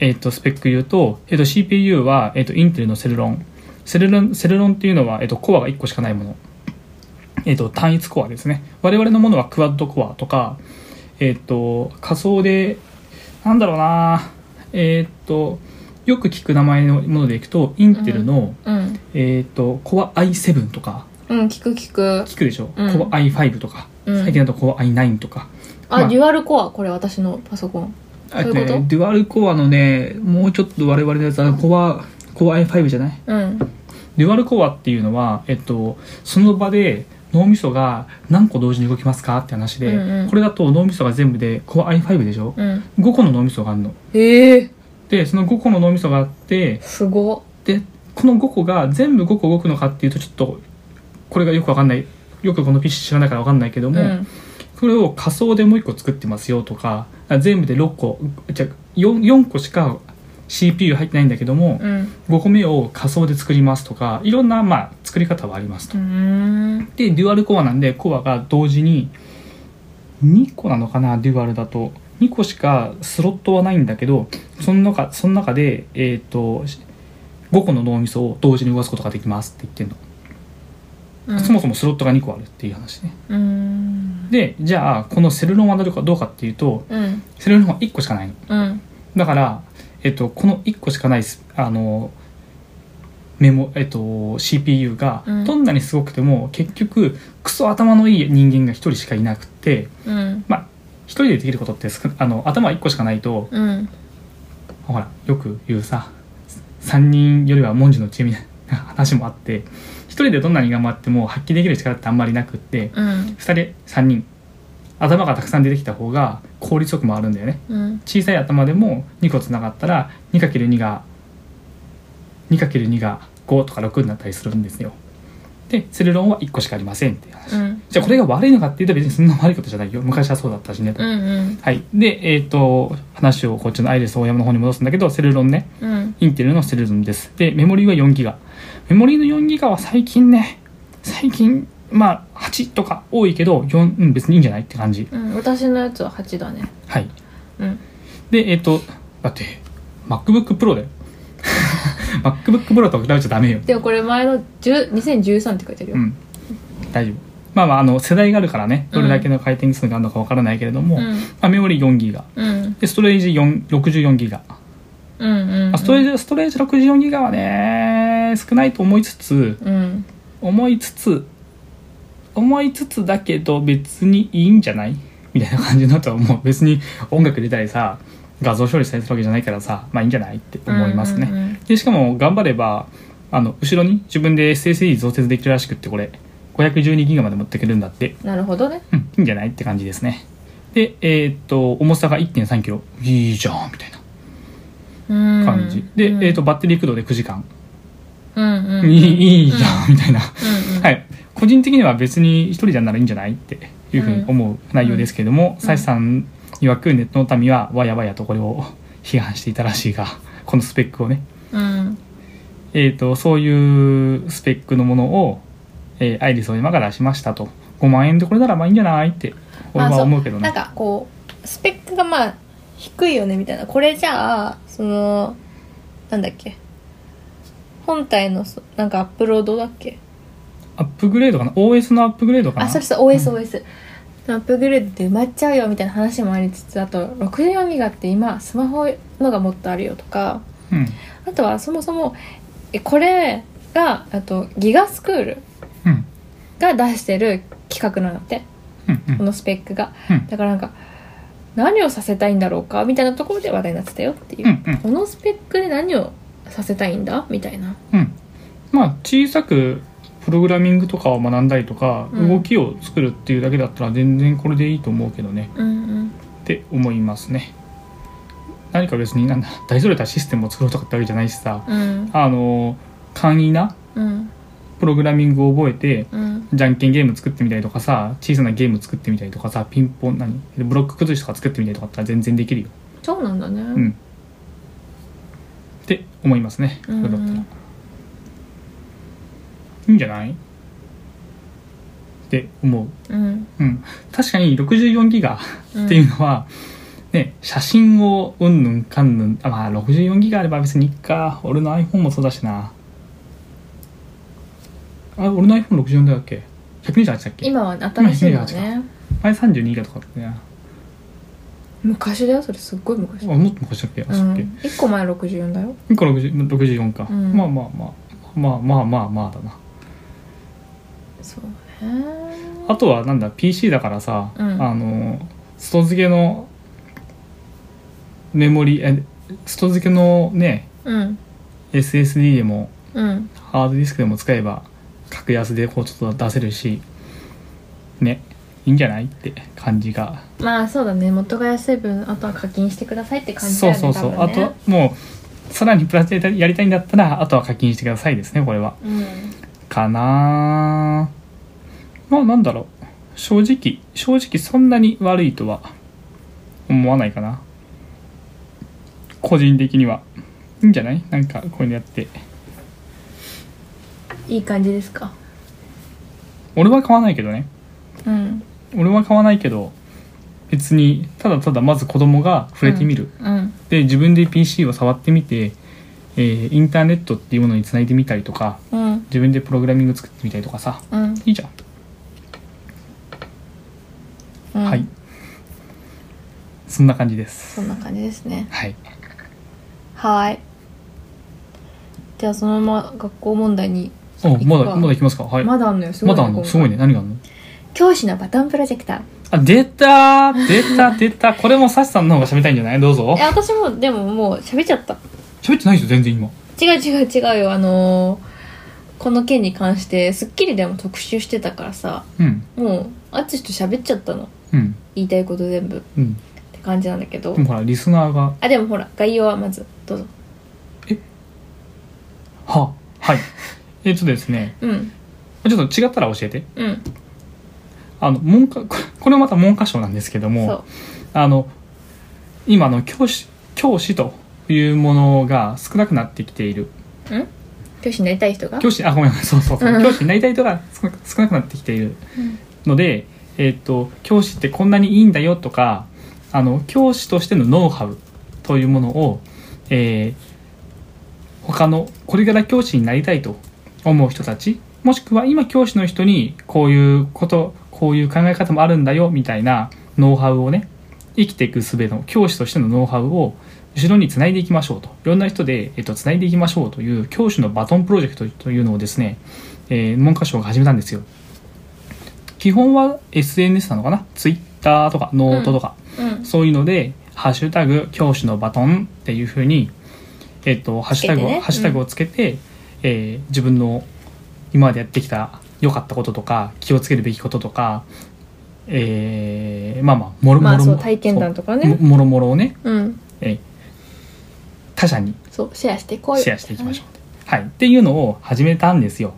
A: えっと、スペック言うと、えっと、CPU は、えっと、インテルのセルロン。セルロン、セルロンっていうのは、えっと、コアが1個しかないもの。えっと、単一コアですね。我々のものはクワッドコアとか、えっと、仮想で、なんだろうなえっと、よく聞く名前のものでいくと、インテルの、
B: うん
A: えっと、コア i7 とか、
B: うん聞く聞く
A: 聞くでしょ、
B: うん
A: コア i5 とか、
B: うん
A: 最近だとコア i9 とか。
B: あ、
A: まあ
B: デュアルコアこれ私のパソコン
A: あ
B: そういうこと
A: ねデュアルコアのねもうちょっと我々のやつあのコアコア i5 じゃない
B: うん
A: デュアルコアっていうのは、えっと、その場で脳みそが何個同時に動きますかって話で、
B: うんうん
A: これだと脳みそが全部でコア i5 でしょ、
B: うん
A: 5個の脳みそがあるの
B: ええ
A: でその5個の脳みそがあって
B: すごっ
A: でこの5個が全部5個動くのかっていうとちょっとこれがよくわかんないよくこの PC 知らないからわかんないけど
B: う
A: も、
B: ん
A: これを仮想でもう1個作ってますよとか全部で6個じゃ 4, 4個しか CPU 入ってないんだけども、
B: うん
A: 5個目を仮想で作りますとかいろんな、まあ、作り方はありますと
B: うーん
A: でデュアルコアなんでコアが同時に2個なのかなデュアルだと2個しかスロットはないんだけどその中その中で、えー、と5個の脳みそを同時に動かすことができますって言ってるの、
B: うん
A: そもそもスロットが2個あるっていう話ね
B: うーん
A: でじゃあこのセルロンはどうかどうかっていうと
B: うん
A: セルロンは1個しかないの
B: うん
A: だから、えっと、この1個しかないスあのメモ、えっと、CPU が
B: うん
A: どんなにすごくても、結局クソ頭のいい人間が1人しかいなくて
B: うん
A: まあ1人でできることって少あの頭1個しかないと
B: うん
A: ほらよく言うさ3人よりは文字の知恵みたいな話もあって1人でどんなに頑張っても発揮できる力ってあんまりなくって
B: うん
A: 2人3人頭がたくさん出てきた方が効率よく回るんだよね
B: うん
A: 小さい頭でも2個つながったら 2×2 が 2×2 が5とか6になったりするんですよでセルロンは1個しかありませんっていう話、
B: うん
A: じゃあこれが悪いのかっていうと別にそんな悪いことじゃないよ昔はそうだったしね、
B: うんうん
A: はいでえっ、と話をこっちのアイレス大山の方に戻すんだけどセルロンね
B: うん
A: インテルのセルロンですでメモリーは4ギガメモリーの4ギガは最近ね最近まあ8とか多いけど4、うん、別にいいんじゃないって感じ
B: うん私のやつは8だね
A: はい
B: うん
A: で、えっ、と、だって、MacBook Pro だよ。MacBook Pro と比べちゃダメよ。
B: でもこれ前の10 2013って書いてある
A: う
B: よ
A: ん。大丈夫。まあまあ、あの、世代があるからね、どれだけの回転数があるのかわからないけれども、
C: うん
A: まあ、メモリ4ギガ。
C: うん
A: で、ストレージ4 64ギガ。
C: うんうん
A: あストレージ、ストレージ64ギガはね、少ないと思いつつ、
C: うん
A: 思いつつ、思いつつだけど別にいいんじゃないみたいな感じになったらもう別に音楽入れたりさ、画像処理したりするわけじゃないからさ、まあいいんじゃないって思いますね。
C: うんうんうん
A: でしかも頑張ればあの後ろに自分で SSD 増設できるらしくってこれ512ギガまで持ってくるんだって
C: なるほどね
A: うんいいんじゃないって感じですねでえーっと重さが1 3キロいいじゃんみたいな
C: 感
A: 感じ、で、えーっとバッテリー駆動で9時間、
C: うんうん
A: いいいいじゃんみたいな、
C: うんうん
A: はい個人的には別に一人じゃならいいんじゃないっていうふうに思う内容ですけれども、サイさん曰くネットの民はわやわやとこれを <laughs> 批判していたらしいがこのスペックをね
C: うん
A: えー、とそういうスペックのものを、えーアイリスを今から出しましたと5万円でこれならまあいいんじゃないって俺
B: まあ
A: は
B: そう
A: 思うけどね、
B: なんかこうスペックがまあ低いよねみたいなこれじゃあそのなんだっけ本体のそなんかアップロードだっけ
A: アップグレードかな OS のアップグレードかな
B: あそれそう OSOS、
A: うん
B: OS アップグレードで埋まっちゃうよみたいな話もありつつあと64ギガって今スマホのがもっとあるよとか
A: うん
B: あとはそもそもえこれがあとギガスクール
A: うん
B: が出してる企画なんだって
A: うんうん
B: このスペックが
A: うん
B: だからなんか何をさせたいんだろうかみたいなところで話題になってたよっていう、
A: うんうん
B: このスペックで何をさせたいんだみたいな
A: うんまあ小さくプログラミングとかを学んだりとか、
B: うん
A: 動きを作るっていうだけだったら全然これでいいと思うけどね
B: うん
A: って思いますね何か別になんだ大それたシステムを作ろうとかってわけじゃないしさ
B: うんうん
A: あの簡易な
B: うん
A: プログラミングを覚えて、
B: うん
A: じゃんけんゲーム作ってみたりとかさ小さなゲーム作ってみたりとかさピンポン何ブロック崩しとか作ってみたりとかだったら全然できるよ
B: そうなんだね、
A: うんって思いますね
B: うん
A: それだったらいいんじゃないって思
B: うん
A: ううん確かに64ギガ
B: うん
A: っていうのは、ね写真をうんぬんかんぬんあまあ64ギガあれば別にいっか俺の iPhone もそうだしなあ俺の iPhone64 だっけ128だっけ
B: 今は新しい
A: <laughs>
B: の
A: 今
B: ね
A: 前32がとかだったね
B: 昔だよそれすっごい昔
A: あもっと昔だっけあ
B: う
A: そ
B: ん、
A: っけ
B: 1個前64だよ
A: これ60 64か、
B: うん
A: まあまあまあまあまあまあまあだな
B: そうね
A: あとはなんだ PC だからさ、
B: うん
A: あの外付けのメモリえ外付けのね
B: うん
A: SSD でも
B: うん
A: ハードディスクでも使えば格安でこうちょっと出せるしねいいんじゃないって感じが
B: まあそうだね元が安い分あとは課金してくださいって感じだ
A: そ
B: よ
A: う
B: ね
A: そうそう、
B: 多
A: あ
B: 分ね
A: ともうさらにプラスでやりたいんだったらあとは課金してくださいですねこれは
B: うん
A: かなぁまあなんだろう正直正直そんなに悪いとは思わないかな個人的にはいいんじゃないなんかこういうのやって
B: いい感じですか
A: 俺は買わないけどね
B: うん
A: 俺は買わないけど別にただただまず子供が触れてみる、
B: うん
A: で自分で PC を触ってみて、えーインターネットっていうものにつないでみたりとか
B: うん
A: 自分でプログラミング作ってみたりとかさ
B: うん
A: いいじゃん、
B: うん
A: はいそんな感じです
B: そんな感じですね
A: はい
B: はいじゃあそのまま学校問題に
A: おま
B: 行く
A: だ
B: か
A: まだ行きますかはい
B: まだあんのよすご
A: ま
B: いね
A: だあん
B: 今
A: の
B: 回
A: すごいね何があんの
B: 教師のバトンプロジェクター
A: あ出たー出
B: <laughs>
A: た出たこれもサシさんの方が喋りたいんじゃないどうぞ
B: え私もでももう喋っちゃった
A: 喋ってないですよ全然今
B: 違う違う違うよあのーこの件に関して『スッキリ』でも特集してたからさ
A: うん
B: もう淳と喋っちゃったの
A: うん
B: 言いたいこと全部っ
A: うん
B: て感じなんだけど
A: でもほらリスナーが
B: あでもほら概要はまずどうぞ
A: は
B: <laughs>
A: はいえっとですね
B: うん
A: ちょっと違ったら教えて
B: うん
A: あの文科これこれまた文科省なんですけども
B: そう
A: あの今の教師教師というものが少なくなってきている
B: 教師になりたい人が
A: 教師あごめんごめんそうそうそう、
B: うん
A: 教師になりたい人が少なく少なくなってきている
B: うん
A: ので、えっと教師ってこんなにいいんだよとかあの教師としてのノウハウというものを、えー他のこれから教師になりたいと思う人たちもしくは今教師の人にこういうことこういう考え方もあるんだよみたいなノウハウをね生きていく術の教師としてのノウハウを後ろにつないでいきましょうといろんな人で、えっと、つないでいきましょうという教師のバトンプロジェクトというのをですね、えー文科省が始めたんですよ基本は SNS なのかな Twitter とかノートとか、
B: うん
A: そういうので「ハッシュタグ教師のバトン」っていうふうに、えっとハッシュタグを、
B: つけてね
A: ハッシュタグをつけて、えー自分の今までやってきた良かったこととか気をつけるべきこととか、えーまあまあもろもろ
B: まあ
A: も
B: そう体験談とかね
A: そうももろもろをね、
B: うん
A: えー他者に
B: そうシェアしていこうよ
A: シェアしていきましょう、はい、っていうのを始めたんですよ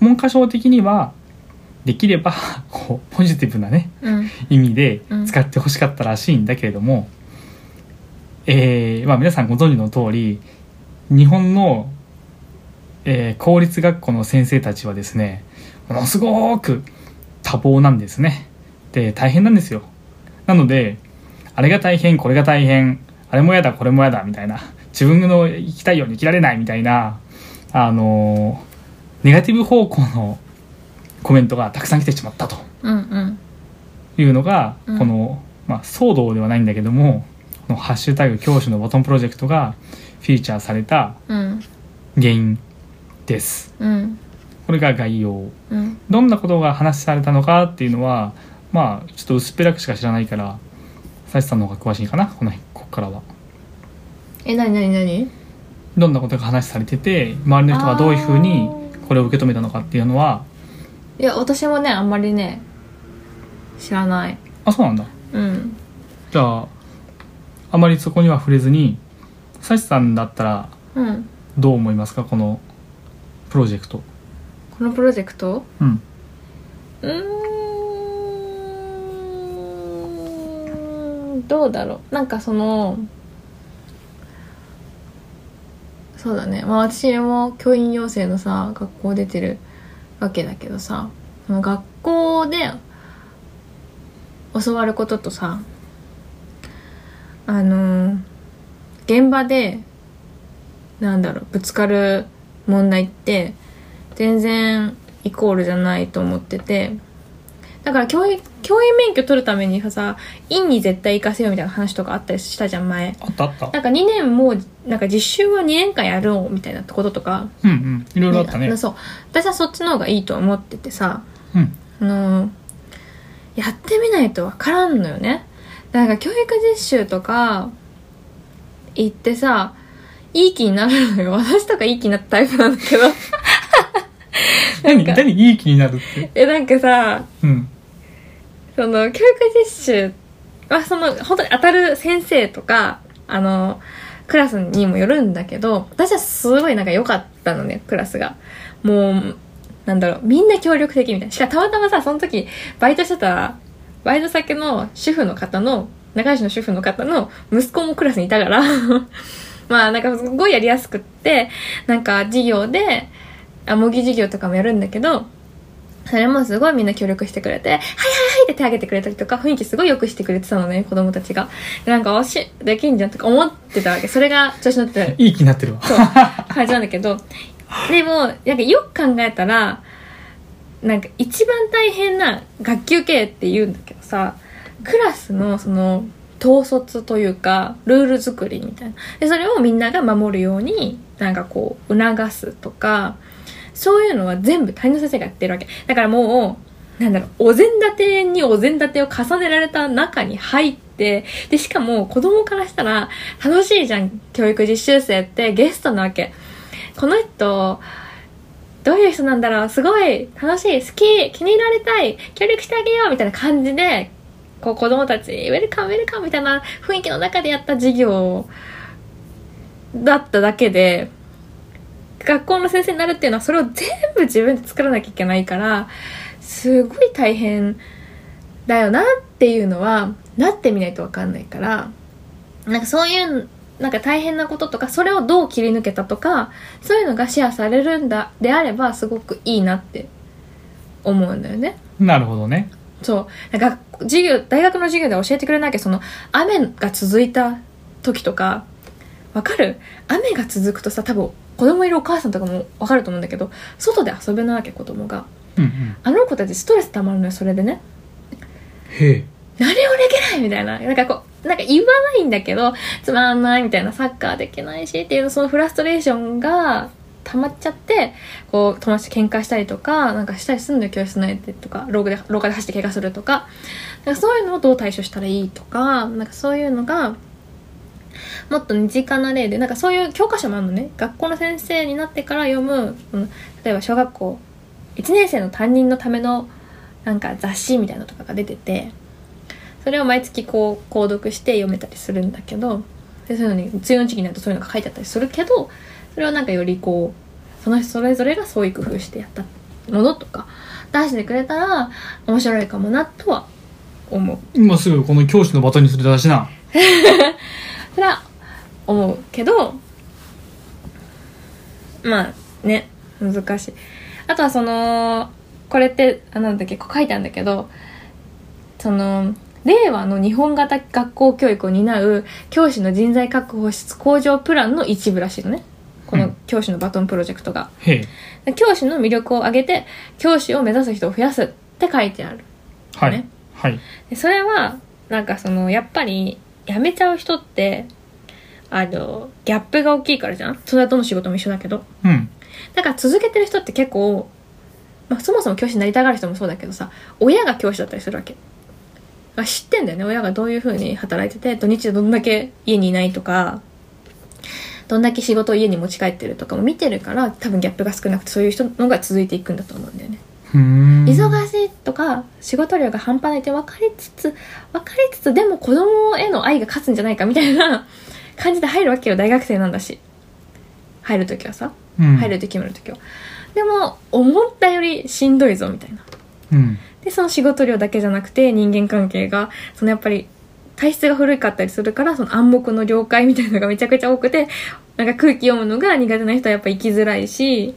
A: 文科省的にはできればこうポジティブなね
B: うん
A: 意味で
B: うん
A: 使ってほしかったらしいんだけれども、えーまあ、皆さんご存知の通り日本の、えー公立学校の先生たちはですねものすごく多忙なんですねで大変なんですよなのであれが大変これが大変あれもやだこれもやだみたいな自分の生きたいように生きられないみたいなあのーネガティブ方向のコメントがたくさん来てしまったと
B: うんうん
A: いうのが、
B: うん
A: この、まあ、騒動ではないんだけどもこの「ハッシュタグ教師のボトンプロジェクト」がフィーチャーされた
B: うん
A: 原因です
B: うん
A: これが概要
B: うん
A: どんなことが話されたのかっていうのはまあちょっと薄っぺらくしか知らないからサシさんの方が詳しいかなこの辺ここからは
B: えなになになに
A: どんなことが話されてて周りの人がどういうふうにこれを受け止めたのかっていうのはい
B: や私もねあんまりね知らない
A: あそうなんだ
B: うん
A: じゃああまりそこには触れずにサシさんだったら
B: うん
A: どう思いますかこのプロジェクト
B: このプロジェクト
A: うん
B: うーんどうだろうなんかそのそうだねまあ私も教員養成のさ学校出てるわけだけどさその学校で教わることとさあの現場でなんだろうぶつかる問題って全然イコールじゃないと思っててだから教員教員免許取るためにさ院に絶対行かせようみたいな話とかあったりしたじゃん前
A: あったあった
B: なんか2年もうなんか実習は2年間やろうみたいなこととか
A: うんうんいろいろあったね
B: そう私はそっちの方がいいと思っててさ
A: うん
B: あのやってみないとわからんのよねなんか教育実習とか行ってさいい気になるのよ私とかいい気になったタイプなんだけど
A: <laughs> 何何いい気になるって
B: えなんかさ
A: うん
B: その教育実習はその本当に当たる先生とかあのクラスにもよるんだけど私はすごいなんか良かったのねクラスがもうなんだろうみんな協力的みたいなしかもたまたまさその時バイトしてたバイト先の主婦の方の仲良しの主婦の方の息子もクラスにいたから <laughs> まあなんかすごいやりやすくってなんか授業であ模擬授業とかもやるんだけどそれもすごいみんな協力してくれて、はいはいはいって手挙げてくれたりとか、雰囲気すごい良くしてくれてたのね、子供たちが。でなんか、おし、できんじゃんとか思ってたわけ。それが調子乗って
A: いい気になってるわ
B: そう感じなんだけどでもなんかよく考えたらなんか一番大変な学級経営って言うんだけどさクラスのその統率というかルール作りみたいなでそれをみんなが守るようになんかこう促すとかそういうのは全部担任の先生がやってるわけだからもうなんだろうお膳立てにお膳立てを重ねられた中に入ってでしかも子供からしたら楽しいじゃん教育実習生ってゲストなわけこの人どういう人なんだろうすごい楽しい好き気に入られたい協力してあげようみたいな感じでこう子供たちウェルカムウェルカムみたいな雰囲気の中でやった授業だっただけで学校の先生になるっていうのはそれを全部自分で作らなきゃいけないからすごい大変だよなっていうのはなってみないと分かんないからなんかそういうなんか大変なこととかそれをどう切り抜けたとかそういうのがシェアされるんだであればすごくいいなって思うんだよね。
A: なるほどね
B: そうなんか授業大学の授業では教えてくれないわけどその雨が続いた時とかわかる雨が続くとさ多分子供いるお母さんとかもわかると思うんだけど外で遊べないわけ子供が
A: うんうん
B: あの子たちストレス溜まるのよそれでね
A: へえ
B: 何もできないみたいななんかこうなんか言わないんだけどつまんないみたいなサッカーできないしっていうそのフラストレーションが溜まっちゃってこう友達と喧嘩したりとかなんかしたりするのよ教室内でとか廊下で廊下で走って怪我するとかなんかそういうのをどう対処したらいいとかなんかそういうのがもっと身近な例でなんかそういう教科書もあるのね学校の先生になってから読む、うん例えば小学校1年生の担任のためのなんか雑誌みたいなのとかが出ててそれを毎月こう購読して読めたりするんだけどでそういうのに梅雨の時期になるとそういうのが書いてあったりするけどそれをなんかよりこうその人それぞれがそういう工夫してやったものとか出してくれたら面白いかもなとは思う
A: 今すぐこの教師のバトンにするだしな
B: それは思うけどまあね難しいあとはそのこれってあなんだっけこう書いてあるんだけどその令和の日本型学校教育を担う教師の人材確保室向上プランの一部らしいのねこ
A: う
B: の
A: ん
B: 教師のバトンプロジェクトが、
A: へえ
B: 教師の魅力を上げて教師を目指す人を増やすって書いてある
A: はい、
B: ね
A: はい
B: でそれはなんかそのやっぱり辞めちゃう人ってあのギャップが大きいからじゃんそれはどの仕事も一緒だけど
A: うん
B: だから続けてる人って結構、まあ、そもそも教師になりたがる人もそうだけどさ親が教師だったりするわけだから知ってんだよね親がどういう風に働いてて土日でどんだけ家にいないとかどんだけ仕事を家に持ち帰ってるとかも見てるから多分ギャップが少なくてそういう人の方が続いていくんだと思うんだよね
A: ふーん
B: 忙しいとか仕事量が半端ないって分かりつつ分かりつつでも子供への愛が勝つんじゃないかみたいな <laughs> 感じで入るわけよ大学生なんだし入る時はさ
A: うん
B: 入るって決める時は、でも思ったよりしんどいぞみたいな
A: うん
B: でその仕事量だけじゃなくて人間関係がそのやっぱり体質が古かったりするからその暗黙の了解みたいなのがめちゃくちゃ多くてなんか空気読むのが苦手な人はやっぱ生きづらいし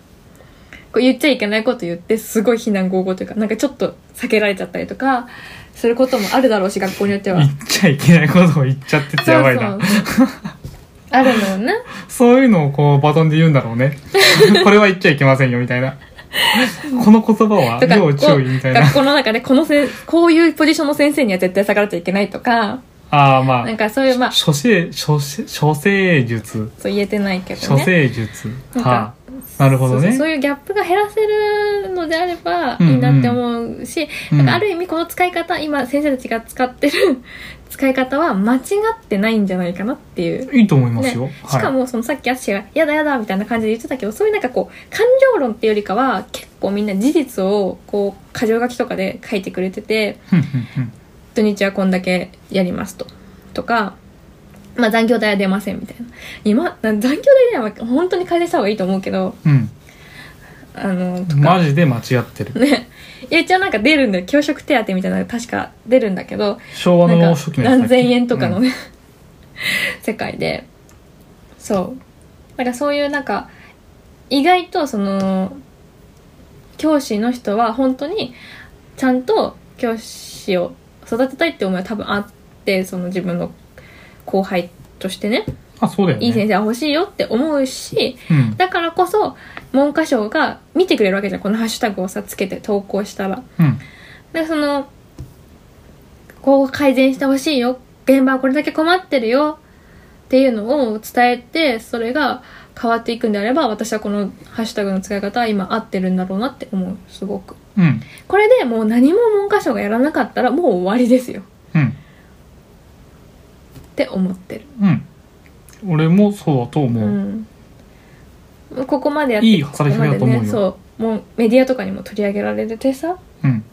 B: こう言っちゃいけないこと言ってすごい非難合々というかなんかちょっと避けられちゃったりとかすることもあるだろうし学校によっては
A: 言っちゃいけないことを言っちゃっててやばいな
B: そうそうあるのよね
A: そういうのをこうバトンで言うんだろう
B: <laughs>
A: ねこれは言っちゃいけませんよみたいなこの言葉は
B: とか
A: 要注意みたいな
B: 学校の中でこのせんこういうポジションの先生には絶対逆らっちゃいけないとか
A: ああま
B: なん
A: あ
B: かそういうまあ
A: 処世処世処世術
B: そう言えてないけどね
A: 処世術、
B: なんか
A: はあなるほど
B: そうそ
A: ね
B: うそういうギャップが減らせるのであればいいなって思うし、
A: うん
B: なんかある意味この使い方今先生たちが使ってる <laughs> 使い方は間違ってないんじゃないかなっていう。
A: いいと思いますよ、
B: し
A: は
B: か
A: い
B: もそのさっき淳が「やだやだ」みたいな感じで言ってたけどそういうなんかこう感情論っていうよりかは結構みんな事実をこう箇条書きとかで書いてくれてて
A: ふんふんふん
B: 土日はこんだけやりますととか、まあ、残業代は出ませんみたいな今残業代では本当に改善した方がいいと思うけど
A: うん
B: あの
A: マジで間違ってる
B: ね。 <laughs> いや、一応なんか出るんだよ。教職手当みたいなのが確か出るんだけど、
A: 昭和
B: な
A: の
B: ん
A: 初
B: か
A: 期のやつだ
B: 何
A: っけ
B: 千円とかの
A: うん
B: ね、世界で。そう。なんかそういうなんか、意外とその、教師の人は本当に、ちゃんと教師を育てたいって思いは多分あって、その自分の後輩としてね、
A: あそうだよね
B: いい先生が欲しいよって思うし、
A: うん
B: だからこそ文科省が見てくれるわけじゃんこのハッシュタグをさつけて投稿したら
A: うん
B: でそのこう改善してほしいよ現場はこれだけ困ってるよっていうのを伝えてそれが変わっていくんであれば私はこのハッシュタグの使い方は今合ってるんだろうなって思うすごく
A: うん
B: これでもう何も文科省がやらなかったらもう終わりですよ
A: うん
B: って思ってる
A: うん俺もそうだと思う、
B: うんここまでやって
A: いい働き方だと思うよ
B: ここまでねそうもうメディアとかにも取り上げられててさ
A: うん、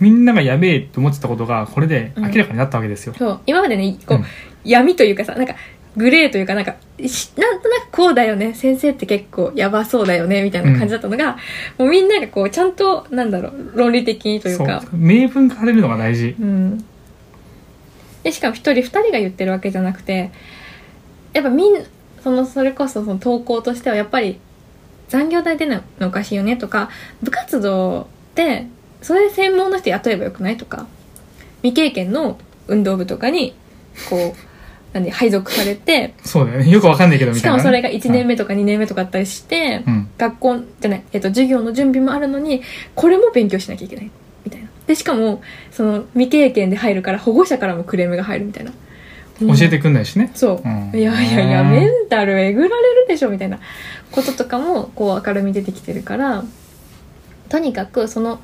A: みんながやべえって思ってたことがこれで明らかになったわけですよ、
B: そう今までねこう、
A: うん
B: 闇というかさなんかグレーというかなんかしなんとなくこうだよね先生って結構やばそうだよねみたいな感じだったのが、もうみんながこうちゃんとなんだろう論理的にというか
A: そう明文化されるのが大事
B: うんでしかも一人二人が言ってるわけじゃなくてやっぱみんそのそれこそその投稿としてはやっぱり残業代出ないのおかしいよねとか部活動でそれ専門の人雇えばよくないとか未経験の運動部とかにこう何配属されて
A: そうだよね。よくわかんないけどみ
B: した
A: い
B: か
A: なね、
B: もそれが1年目とか2年目とかあったりして、
A: うん。
B: 学校じゃない、えっと授業の準備もあるのにこれも勉強しなきゃいけないみたいなでしかもその未経験で入るから保護者からもクレームが入るみたいな
A: 教えてくんないしね。
B: そう、
A: うん
B: いやいやいや
A: うん
B: メンタルえぐられるでしょみたいなこととかもこう明るみに出てきてるからとにかくその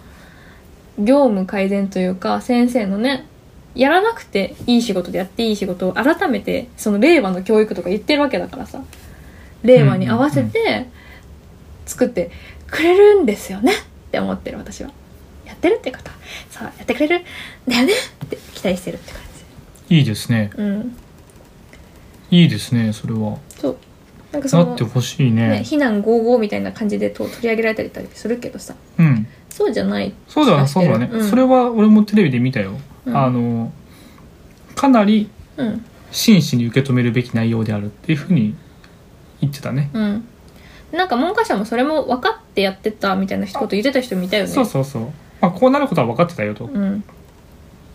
B: 業務改善というか先生のねやらなくていい仕事でやっていい仕事を改めてその令和の教育とか言ってるわけだからさ令和に合わせて作ってくれるんですよねって思ってる私はやってるってことはそうやってくれるんだよねって期待してるって感
A: いいですね。
B: じうん
A: いいですね、それは。
B: そうなんかそ
A: な
B: の
A: ってほしい
B: ね
A: ね、
B: 非難合々みたいな感じでと取り上げられたりするけどさ
A: うん。
B: そうじゃない
A: そうだな、
B: 気が
A: そ
B: し
A: う
B: てる
A: だね、
B: ん
A: それは俺もテレビで見たよ。
B: うん
A: あの、かなり
B: うん
A: 真摯に受け止めるべき内容であるっていうふうに言ってたね。
B: うんなんか文科省もそれも分かってやってたみたいなこと言ってた人もいたよね
A: そうそうそう。まあ、こうなることは分かってたよと、いう
B: うん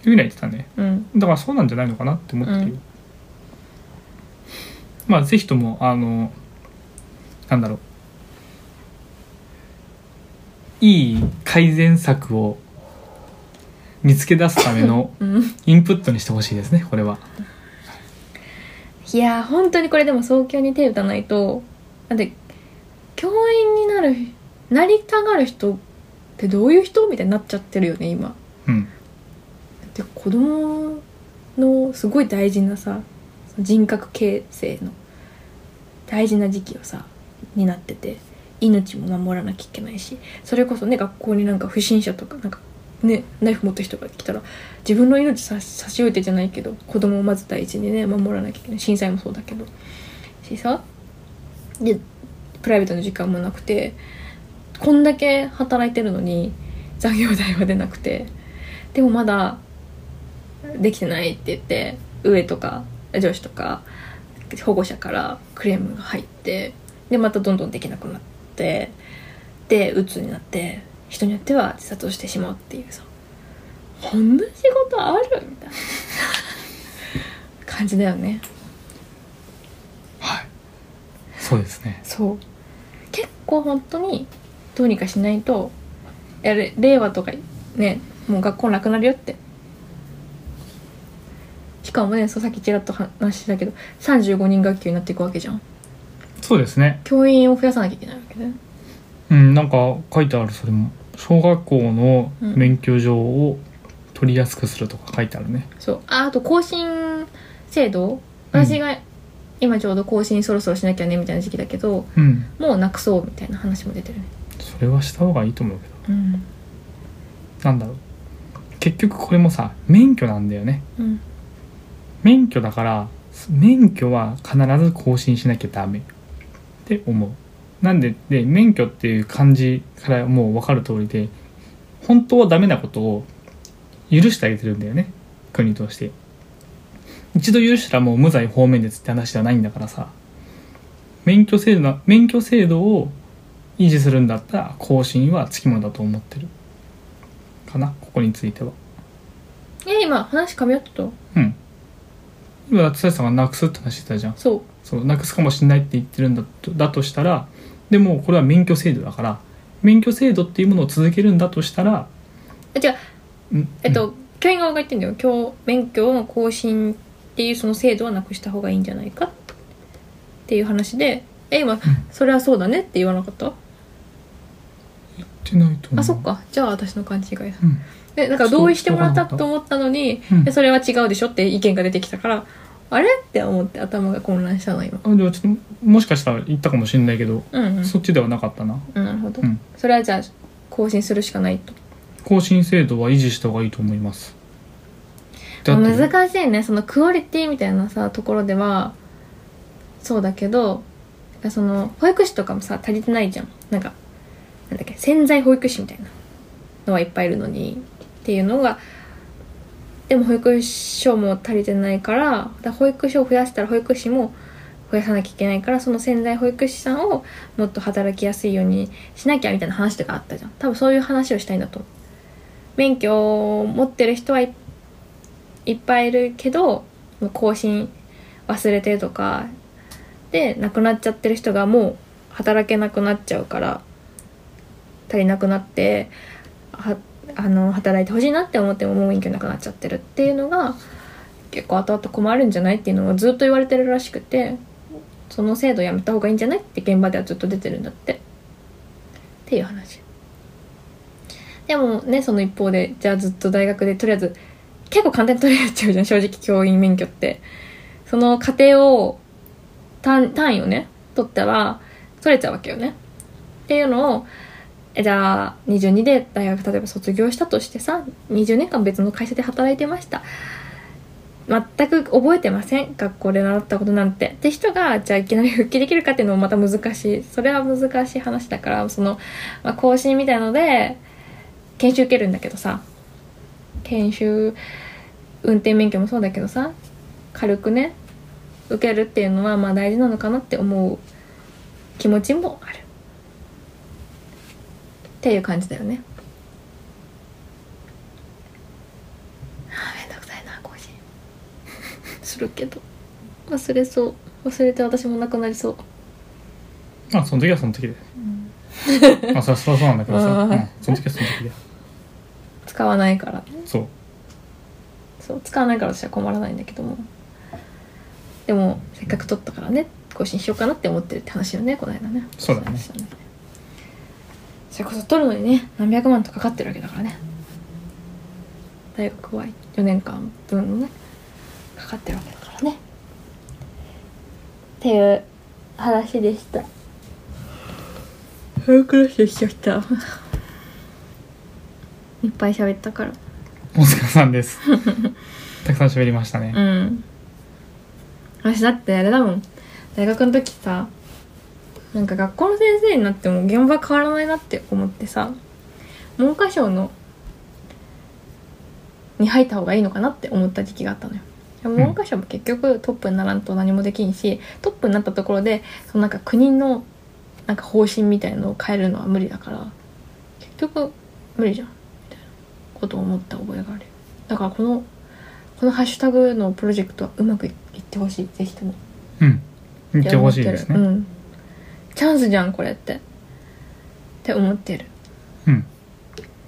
A: ふうには言ってたね。
B: うん
A: だからそうなんじゃないのかなって思ってるよ。
B: うん
A: まあ、ぜひとも、あの、なんだろう。いい改善策を見つけ出すための
B: うん
A: インプットにしてほしいですね、これは。
B: いやー本当にこれでも早急に手打たないとだって教員になるなりたがる人ってどういう人みたいになっちゃってるよね今
A: うん。
B: で子供のすごい大事なさその人格形成の大事な時期をさになってて命も守らなきゃいけないしそれこそね学校になんか不審者とかなんかねナイフ持った人が来たら自分の命差し差し置いてじゃないけど子供をまず第一にね守らなきゃいけない震災もそうだけどしさでプライベートの時間もなくてこんだけ働いてるのに残業代は出なくてでもまだできてないって言って上とか上司とか保護者からクレームが入ってでまたどんどんできなくなってで鬱になって人によっては自殺をしてしまうっていうさこんな仕事あるみたいな感じだよね
A: はい。そうですね。
B: そう結構本当にどうにかしないとやれ令和とかねもう学校なくなるよってしかもねそうさっきちらっと話したけど35人学級になっていくわけじゃん
A: そうですね。
B: 教員を増やさなきゃいけないわけね
A: うん、なんか書いてある、それも。小学校の免許状を取りやすくするとか書いてあるね。
B: そうああと更新制度私が今ちょうど更新そろそろしなきゃねみたいな時期だけど
A: うん。
B: もうなくそうみたいな話も出てるね
A: それはした方がいいと思うけど。
B: うん
A: なんだろう。結局これもさ、免許なんだよね。
B: うん
A: 免許だから、免許は必ず更新しなきゃダメ。って思う。なんで、で、免許っていう漢字からもうわかる通りで、本当はダメなことを許してあげてるんだよね。国として。一度許したらもう無罪方面ですって話じゃないんだからさ。免許制度な、免許制度を維持するんだったら更新はつきものだと思ってる。かな、ここについては。
B: え今話噛み合ってた
A: うん。今、つやさんがなくすって話してたじゃん。
B: そう
A: そう、なくすかもしれないって言ってるんだとだとしたら、でもこれは免許制度だから、免許制度っていうものを続けるんだとしたら、
B: あ違う
A: うん
B: えっと、教員側が言ってんだよ教免許の更新っていうその制度はなくした方がいいんじゃないかっていう話でえ今それはそうだねって言わなかった、
A: 言ってないと思う。
B: あそっ。かじゃあ私の勘違いだ
A: うん。
B: でなんか同意してもらったと思ったのに
A: うん
B: でそれは違うでしょって意見が出てきたからあれって思って頭が混乱したの今
A: あ、でもちょっと、もしかしたら言ったかもしれないけど、
B: うんうん
A: そっちではなかったな。
B: うんなるほど、
A: うん
B: それはじゃあ更新するしかないと
A: 更新制度は維持した方がいいと思います。だって
B: 難しいねそのクオリティみたいなさところではそうだけどその保育士とかもさ足りてないじゃんなんかなんだっけ潜在保育士みたいなのはいっぱいいるのにっていうのがでも保育所も足りてないからだから保育所を増やしたら保育士も増やさなきゃいけないからその潜在保育士さんをもっと働きやすいようにしなきゃみたいな話とかあったじゃん多分そういう話をしたいんだと思う免許を持ってる人はいいっぱいいるけど更新忘れてとかで亡くなっちゃってる人がもう働けなくなっちゃうから足りなくなってはあの働いてほしいなって思ってももう免許なくなっちゃってるっていうのが結構後々困るんじゃないっていうのをずっと言われてるらしくてその制度やめた方がいいんじゃないって現場ではずっと出てるんだってっていう話でもねその一方でじゃあずっと大学でとりあえず結構簡単に取り合っちゃうじゃん正直教員免許ってその過程を単単位をね取ったら取れちゃうわけよねっていうのをえじゃあ22で大学例えば卒業したとしてさ20年間別の会社で働いてました全く覚えてません学校で習ったことなんてって人がじゃあいきなり復帰できるかっていうのもまた難しいそれは難しい話だからその、まあ、更新みたいので研修受けるんだけどさ研修運転免許もそうだけどさ軽くね受けるっていうのはまあ大事なのかなって思う気持ちもあるっていう感じだよねあーめんどくさいな更新 <laughs> するけど忘れそう忘れて私もなくなりそう
A: まあその時はその時で、まあそりゃそうなんだけど
B: <laughs>
A: さ、
B: うん
A: うんその時はその時で
B: 使わないから
A: そう
B: そう使わないから私は困らないんだけどもでもせっかく取ったからね更新しようかなって思ってるって話よねこの間ね
A: そうだね
B: 話ねそれこそ取るのにね何百万とかかってるわけだからね大学は4年間分のねかかってるわけだからねっていう話でした早くらしでしちゃった <laughs> いっぱい喋ったから
A: 大塚さんです <laughs> たくさん喋りましたね、
B: うん私だってあれだもん大学の時さなんか学校の先生になっても現場変わらないなって思ってさ文科省のに入った方がいいのかなって思った時期があったのよでも
A: うん
B: 文科省も結局トップにならんと何もできんしトップになったところでそのなんか国のなんか方針みたいのを変えるのは無理だから結局無理じゃんみたいなことを思った覚えがあるよだからこのこのハッシュタグのプロジェクトはうまくいってほしいぜひとも
A: うん言ってほしいですね
B: って思ってるうん、チャンスじゃんこれってって思ってる
A: うん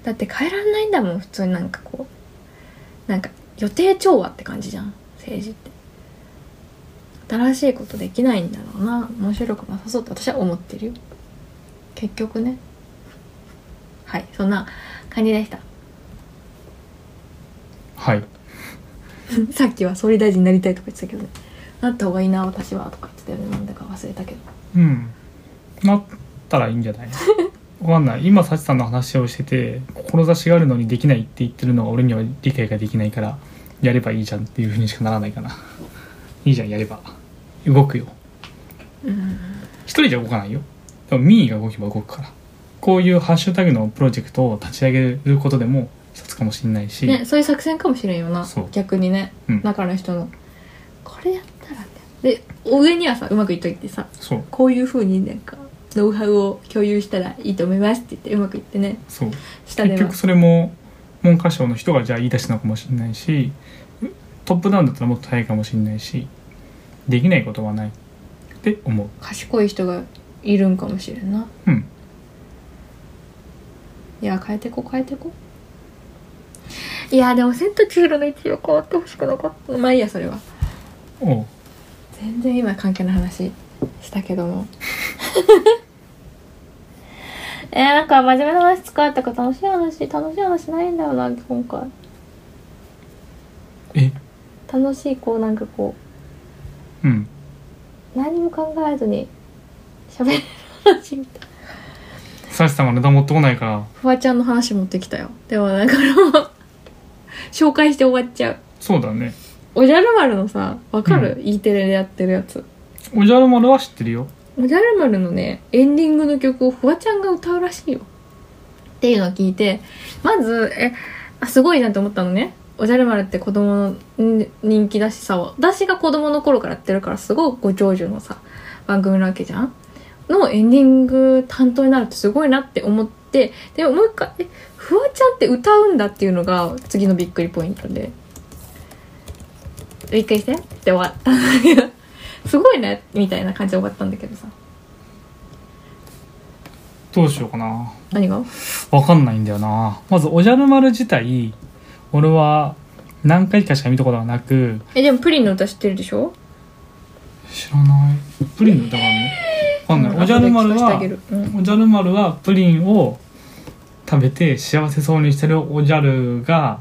B: だって変えらんないんだもん普通になんかこうなんか予定調和って感じじゃん政治って新しいことできないんだろうな面白くなさそうって私は思ってるよ結局ねはいそんな感じでした <laughs>
A: はい
B: さっきは総理大臣になりたいとか言ってたけどねなった方がいいな私はとか言ってたよねなんだか忘れたけど
A: うんなったらいいんじゃない <laughs> わかんない今幸さんの話をしてて志があるのにできないって言ってるのが俺には理解ができないからやればいいじゃんっていうふうにしかならないかな <laughs> いいじゃんやれば動くよ一人じゃ動かないよでも民意が動けば動くからこういうハッシュタグのプロジェクトを立ち上げることでも一つかもしれないし、
B: ね、そういう作戦かもしれんよな
A: そう
B: 逆にね、
A: うん
B: 中の人のこれやったらねで上にはさうまくいっといてさ
A: そう
B: こういうふうになんかノウハウを共有したらいいと思いますって言ってうまくいってね
A: そう
B: 下で
A: 結
B: は
A: 局それも文科省の人がじゃあ言い出したのかもしれないしトップダウンだったらもっと早いかもしれないしできないことはないって思う
B: 賢い人がいるんかもしれんな
A: うん
B: いや変えてこ変えてこいやでも「千と千尋の一応変わってほしくなかったまあいいやそれは
A: おう
B: 全然今関係ない話したけども <laughs> えー、なんか真面目な話使えたから楽しい話楽しい話ないんだよな今回
A: え
B: 楽しいこうなんかこ
A: うん
B: う何も考えずに喋れる話みたい
A: サシさんがネタ持ってこないから
B: フワちゃんの話持ってきたよでもだからもう紹介して終わっちゃう
A: そうだね
B: おじゃる丸のさわかる、
A: う
B: E テレでやってるやつ
A: おじゃる丸は知ってるよ
B: おじゃる丸のねエンディングの曲をフワちゃんが歌うらしいよっていうのを聞いてまずえあすごいなと思ったのねおじゃる丸って子供のん人気だしさ私が子供の頃からやってるからすごいご長寿のさ番組なわけじゃんのエンディング担当になるってすごいなって思ってでももう一回えフワちゃんって歌うんだっていうのが次のびっくりポイントでびっくりしてって終わった <laughs> んだけどすごいねみたいな感じで終わったんだけどさ
A: どうしようかな
B: 何が
A: わかんないんだよなまずおじゃる丸自体俺は何回かしか見たことがなく
B: えでもプリンの歌知ってるでしょ
A: 知らないプリンの歌があるのわかんないおじゃる丸
B: 後で聞かせてあ
A: は
B: げるうん
A: おじゃる丸はプリンを食べて幸せそうにしてるおじゃるが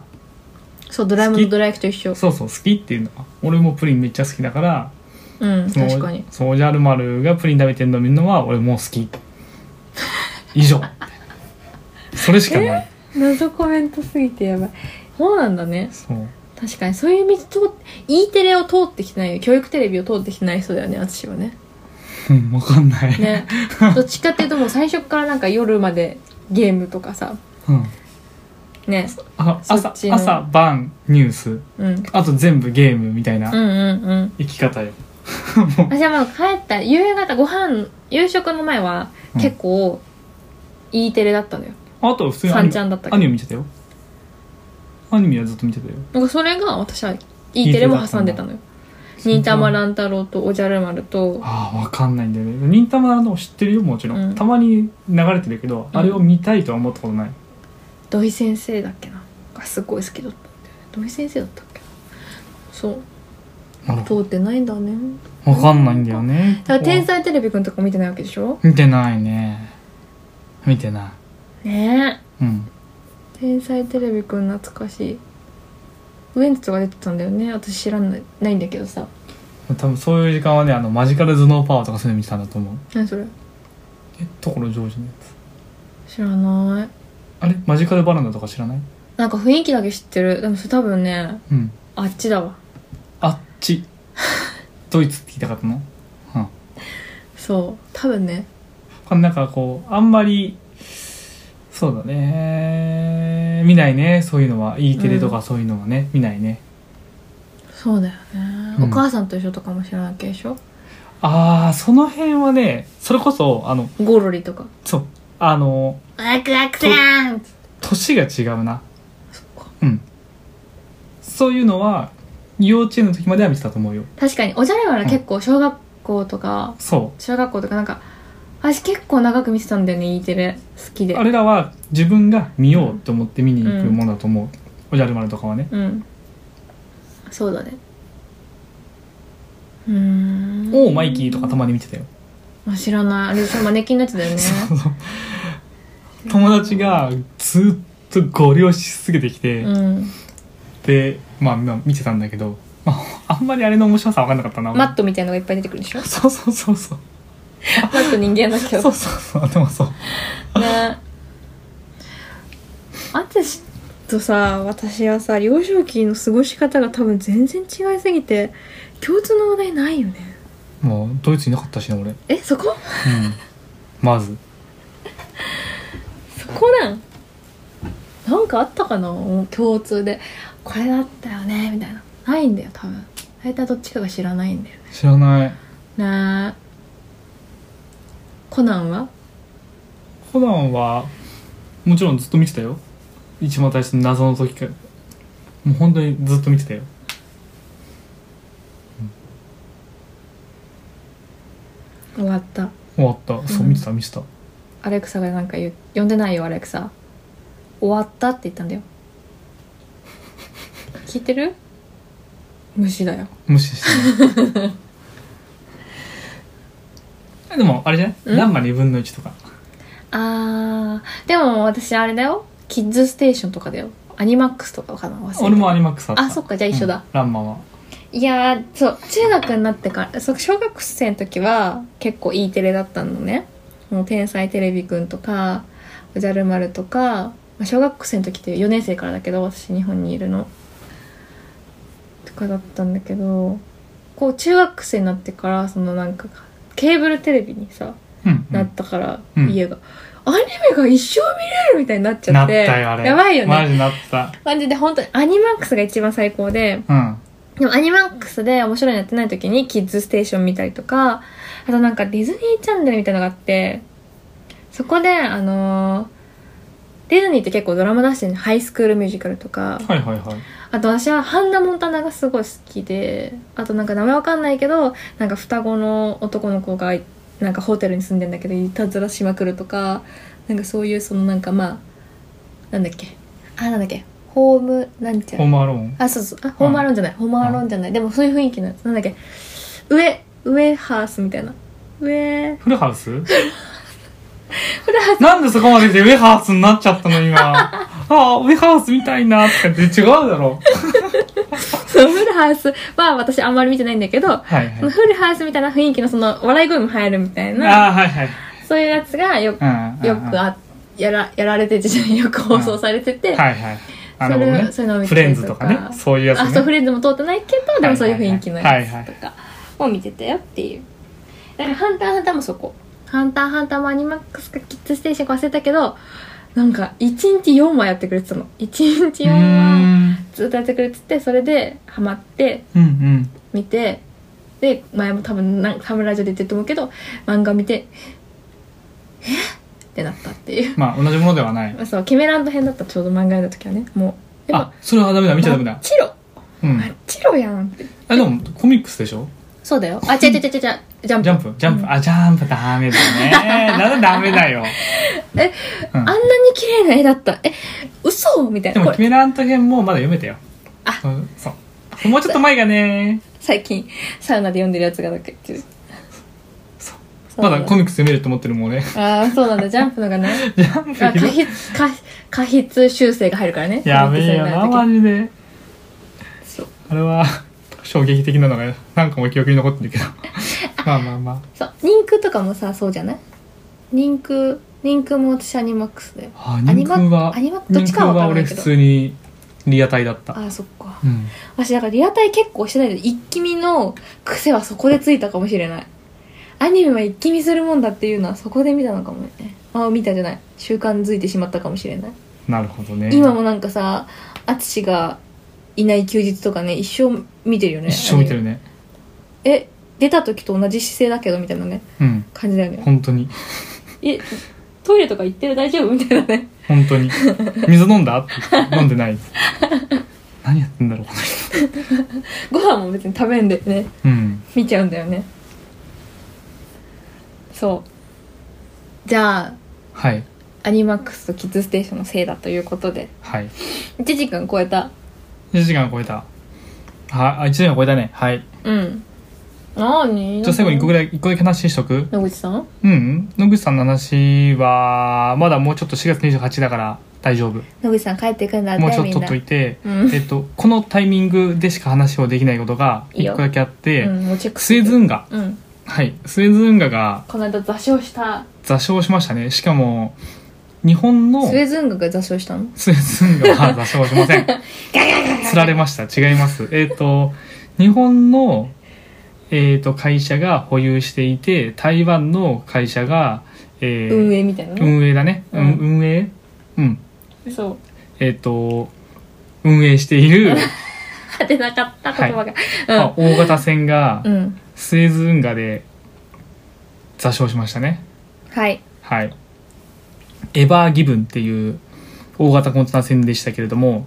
B: そうドラえもんのドラ焼きと一緒
A: そうそう好きっていうのが俺もプリンめっちゃ好きだから
B: うん
A: その
B: 確かに
A: そうおじゃる丸がプリン食べてるの見るのは俺もう好き以上それしかない、
B: 謎コメントすぎてやばいそうなんだね
A: そう
B: 確かにそういう道通って E テレを通ってきてないよ教育テレビを通ってきてない人だよね私はね
A: うんわかんない、 <laughs>
B: ねどっちかっていうともう最初からなんか夜までゲームとかさ
A: うん、
B: ね
A: あ
B: そ
A: 朝
B: っちの
A: 朝晩ニュース
B: うん
A: あと全部ゲームみたい
B: うんう
A: なん
B: うん
A: 生き方よ、
B: 私はもう帰った夕方ご飯夕食の前は
A: うん
B: 結構 E テレだったのよ、
A: あと普通にア
B: 三
A: ニ
B: ちゃんだった
A: ア
B: け
A: ニ
B: ど
A: メ見てたよアニメはずっと見てたよ
B: なんかそれが私は E テレも挟んでたのよ忍たま乱太郎とおじゃる丸と
A: ああわかんないんだよね忍たまの知ってるよもちろん、
B: うん
A: たまに流れてるけどあれを見たいとは思ったことない、
B: 土井先生だっけながすごい好きだったんだよね土井先生だったっけなそう
A: なるほど
B: 通ってないんだね
A: わかんないんだよね。
B: だから「天才テレビくん」とか見てないわけでしょ
A: 見てないね。見てな
B: ね
A: い。うん。
B: え「天才テレビくん」懐かしいウエンツとか出てたんだよね私知らないないんだけどさ
A: 多分そういう時間はね、あの、マジカル頭脳パワーとかそういうの見てたんだと思う。
B: 何それ
A: え、ところジョージのやつ。
B: 知らない
A: あれマジカルバナナとか知らない
B: なんか雰囲気だけ知ってるでもそれ多分ね
A: うん。
B: あっちだわ
A: あっ
B: <laughs>
A: ち。ドイツって聞いたかったのうん。
B: そう多分ね
A: これなんかこう、あんまり、そうだね。見ないね、そういうのは。E テレとかそういうのはね、見ないね。
B: そうだよね、
A: うん
B: お母さんと一緒とかも知らないわけでしょ
A: あー、その辺はね、それこそ、あの、
B: ゴロリとか
A: そう、あの、
B: ワクワクさん
A: 年が違うな。
B: そっか
A: うん。そういうのは、幼稚園の時までは見てたと思うよ。
B: 確かにおじゃれは結構小学校とか
A: そ
B: 小学校とかなんか私結構長く見てたんだよね E テレ好き
A: う。
B: で
A: あれらは自分が見ようと思って見に行くものだと思う。おじゃる丸とかはね。
B: うんそうだねうーん
A: おーマイキーとかたまに見てたよ。
B: あ知らないあれでしょマネキンのや
A: <laughs>
B: つだよね
A: 友達がずっとご利用し続けてきて、
B: うん
A: で、まあ、まあ見てたんだけど、まあ、あんまりあれの面白さ分かんなかったな。
B: マットみたいのがいっぱい出てくるでしょ
A: そうそうそうそう。
B: マット人間だけど
A: そうそうそう。でもそう。
B: ねあつしとさ私はさ幼少期の過ごし方が多分全然違いすぎて共通の話題ないよね
A: もう、ドイツいなかったしね、俺。うん。
B: えそこ
A: まず。
B: そこなんなんかあったかな共通でこれだったよねみたいなないんだよ多分大体どっちかが知らないんだよ
A: 知らない。
B: ねねえコナンは
A: コナンはもちろんずっと見てたよ一番最初の謎の時からもう本当にずっと見てたよ
B: 終わった
A: 終わったそう
B: うん
A: 見てた見てた、
B: アレクサがなんか言う呼んでないよアレクサ終わったって言ったんだよ <laughs> 聞いてる虫だよ
A: 無視してた <laughs> でもあれじゃない
B: うん
A: ランマ2分の1とか
B: あーでも私あれだよキッズステーションとかだよアニマックスとかかな忘れた
A: 俺もアニマックスあった
B: あそっかじゃあ一緒だ、
A: うんランマはい
B: やーそう中学になってからそう小学生の時は結構 E テレだったのね「もう天才テレビくん」とか「おじゃる丸」とか、まあ、小学生の時って4年生からだけど私日本にいるのとかだったんだけどこう中学生になってからそのなんかケーブルテレビにさ
A: うん、うん
B: なったから、
A: うん
B: 家がアニメが一生見れるみたいになっちゃ
A: な
B: っ
A: った
B: て
A: よあれ
B: やばいよ
A: マ
B: ね
A: ジなった
B: マジで本当にアニマックスが一番最高で
A: うん
B: でもアニマックスで面白いのやってない時にキッズステーション見たりとか、あとなんかディズニーチャンネルみたいなのがあって、そこで、あのーディズニーって結構ドラマ出してるのハイスクールミュージカルとか
A: はいはいはい
B: あと私はハンナ・モンタナがすごい好きであとなんか名前わかんないけどなんか双子の男の子がなんかホテルに住んでんだけどいたずらしまくるとかなんかそういうそのなんかまあなんだっけあなんだっけホームなんちゃ
A: ホー
B: ら
A: ムアローン
B: あそうそうあホームアローンじゃない、ホームアローンじゃないでもそういう雰囲気なんなんだっけウェウェハースみたいなウェ
A: フルハウ
B: <laughs>
A: ス
B: フラ
A: なんでそこまででウェハースになっちゃったの今
B: <laughs>
A: ああウェハースみたいなって言って違うだろ
B: そのフルハウスは私あんまり見てないんだけど、
A: はい
B: その
A: はい
B: フルハウスみたいな雰囲気のその笑い声も入るみたいな、
A: ああはいはい
B: そういうやつがよ,、
A: うん
B: よく
A: あ
B: あやらやられてて <laughs> じゃない、よく放送されてて、
A: はいはいあ
B: そ
A: の
B: れ
A: ね
B: そういうのを見
A: フ
B: てたり
A: レンズとかね
B: とか
A: そういうやつね
B: あそうフレンズも通ってないけど、でもそういう雰囲気の
A: はい
B: や
A: はいはい
B: つとかを見てたよっていう。だから、ハンターハンターもそこ。ハンターハンターもアニマックスかキッズステーションか忘れたけど、なんか、1日4話やってくれてたの。1日
A: うー
B: 4話
A: ん
B: ずっとやってくれてて、それでハマって、
A: うんうん
B: 見てで前も多分なタムラジオで言ってると思うけど漫画見て「えっ?」ってなったっていう
A: まあ同じものではない
B: まあそうキメランド編だったちょうど漫画の時はねもう
A: あそれはダメだ見ちゃダメだ
B: チロ
A: うん
B: あチロやんって
A: あでもコミックスでしょ
B: そうだよあ違う違う違う違うジャンプ
A: ジャンプジャンプあジャンプダメ
B: <laughs>
A: だねなんでダメだよ
B: え
A: うん
B: あんなに綺麗な絵だったえ嘘みたい
A: で
B: な
A: も
B: こ
A: 「キ
B: れ
A: メラアント編」もまだ読めたよ
B: あ
A: うんそうもうちょっと前がね
B: 最近サウナで読んでるやつがなんか言ってる
A: そう
B: そう
A: ま
B: な
A: だ
B: ん
A: コミックス読めると思ってるも
B: <laughs>
A: ん俺 <laughs>
B: ああそうなんだジャンプのがね
A: ジャン
B: あ過
A: プ
B: 筆過過筆修正が入るからね
A: やべえよなマジで
B: そう
A: あれは衝撃的なのがなんかもう記憶に残ってるけ
B: <laughs>
A: どまあまあま
B: そう人空とかもさそうじゃない人空人空も私アニマックスだよ
A: ああ
B: アニマ
A: 人空は
B: アニマどっちかは分からないけ
A: 人空は俺普
B: ど
A: 通にリアタイだった
B: ああそっか
A: うん
B: 私だからリアタイ結構してないけど一気見の癖はそこでついたかもしれないアニメは一気見するもんだっていうのはそこで見たのかもねああ見たじゃない習慣づいてしまったかもしれない、
A: なるほどね
B: 今もなんかさ淳がいない休日とかね一生見てるよね
A: 一生見てるね
B: え出た時と同じ姿勢だけどみたいなね
A: うん
B: 感じだよね
A: 本当に
B: えトイレとか行ってる大丈夫みたいなね <laughs>
A: 本当に水飲んだって言って飲んでない何やってんだろうこの人
B: ご飯も別に食べんでね
A: うん
B: 見ちゃうんだよねそうじゃあ
A: はい
B: アニマックスとキッズステーションのせいだということで
A: はい
B: 1時間超えた
A: 1時間超えたはあ1時間超えたねはい
B: うんなに
A: じゃあ最後に1個ぐ
B: らい
A: らい一個だけ話しとく
B: 野口さん
A: うん野口さんの話はまだもうちょっと4月28だから大丈夫
B: 野口さん帰ってくんだって
A: もうちょっ
B: み
A: と取
B: んな
A: っといて、
B: うん
A: えっと、このタイミングでしか話をできないことが
B: いいよ
A: 1個だけあって
B: うんもうチェック
A: スエズ運河
B: うん
A: はいスエズ運河が
B: この間座礁した
A: 座礁しましたねしかも日本の
B: スエズ運河が座礁したの
A: スエズ運河は座礁しません。釣られました。違います。えっ、と、日本の、えっ、と、会社が保有していて、台湾の会社が、えー
B: 運営みたいなね
A: 運営だね。う
B: うん
A: ん、運営うん。
B: そう
A: えっ、と、運営している、
B: 当てなかった言葉
A: まあ
B: が
A: 大型船が
B: う、んうん
A: スエズ運河で座礁しましたね。
B: はい
A: はい。エバーギブンっていう大型コンテナ船でしたけれども、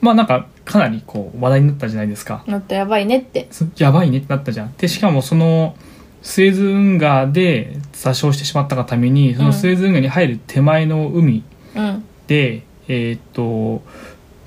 A: まあなんかかなりこう話題になったじゃないですか。
B: なったやばいねって
A: そやばいねってなったじゃん。で、しかもそのスエズ運河で座礁してしまったがために、そのスエズ運河に入る手前の海
B: うん
A: で、えーっと、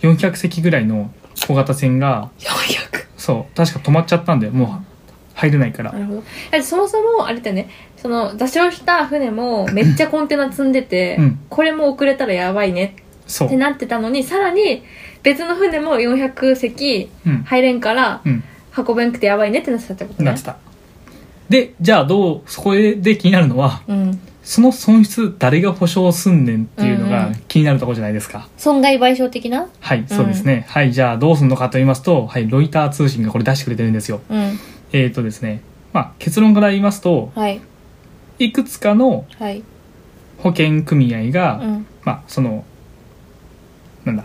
A: 400隻ぐらいの小型船が、
B: 400
A: そう、確か止まっちゃったんだよ。もう入れないから
B: な。るほどだってそもそもあれだよねその座礁した船もめっちゃコンテナ積んでて、
A: うん
B: これも遅れたらやばいね
A: そ
B: って
A: う。
B: なってたのにさらに別の船も400隻
A: うん。
B: 入れんから
A: うん。
B: 運べんくてやばいねってなってたってことね
A: なってた。で、じゃあどう、そこで気になるのは、
B: うん、
A: その損失誰が保証すんねんっていうの
B: うん
A: が
B: うん
A: 気になるところじゃないですか、
B: 損害賠償的な
A: はいそうですね、はいじゃあどうするのかと言いますと、はい、ロイター通信がこれ出してくれてるんですよ
B: うん
A: えっ、とですねまあ結論から言いますと
B: はい
A: いくつかの
B: はい
A: 保険組合が、
B: うん
A: まあそのなんだ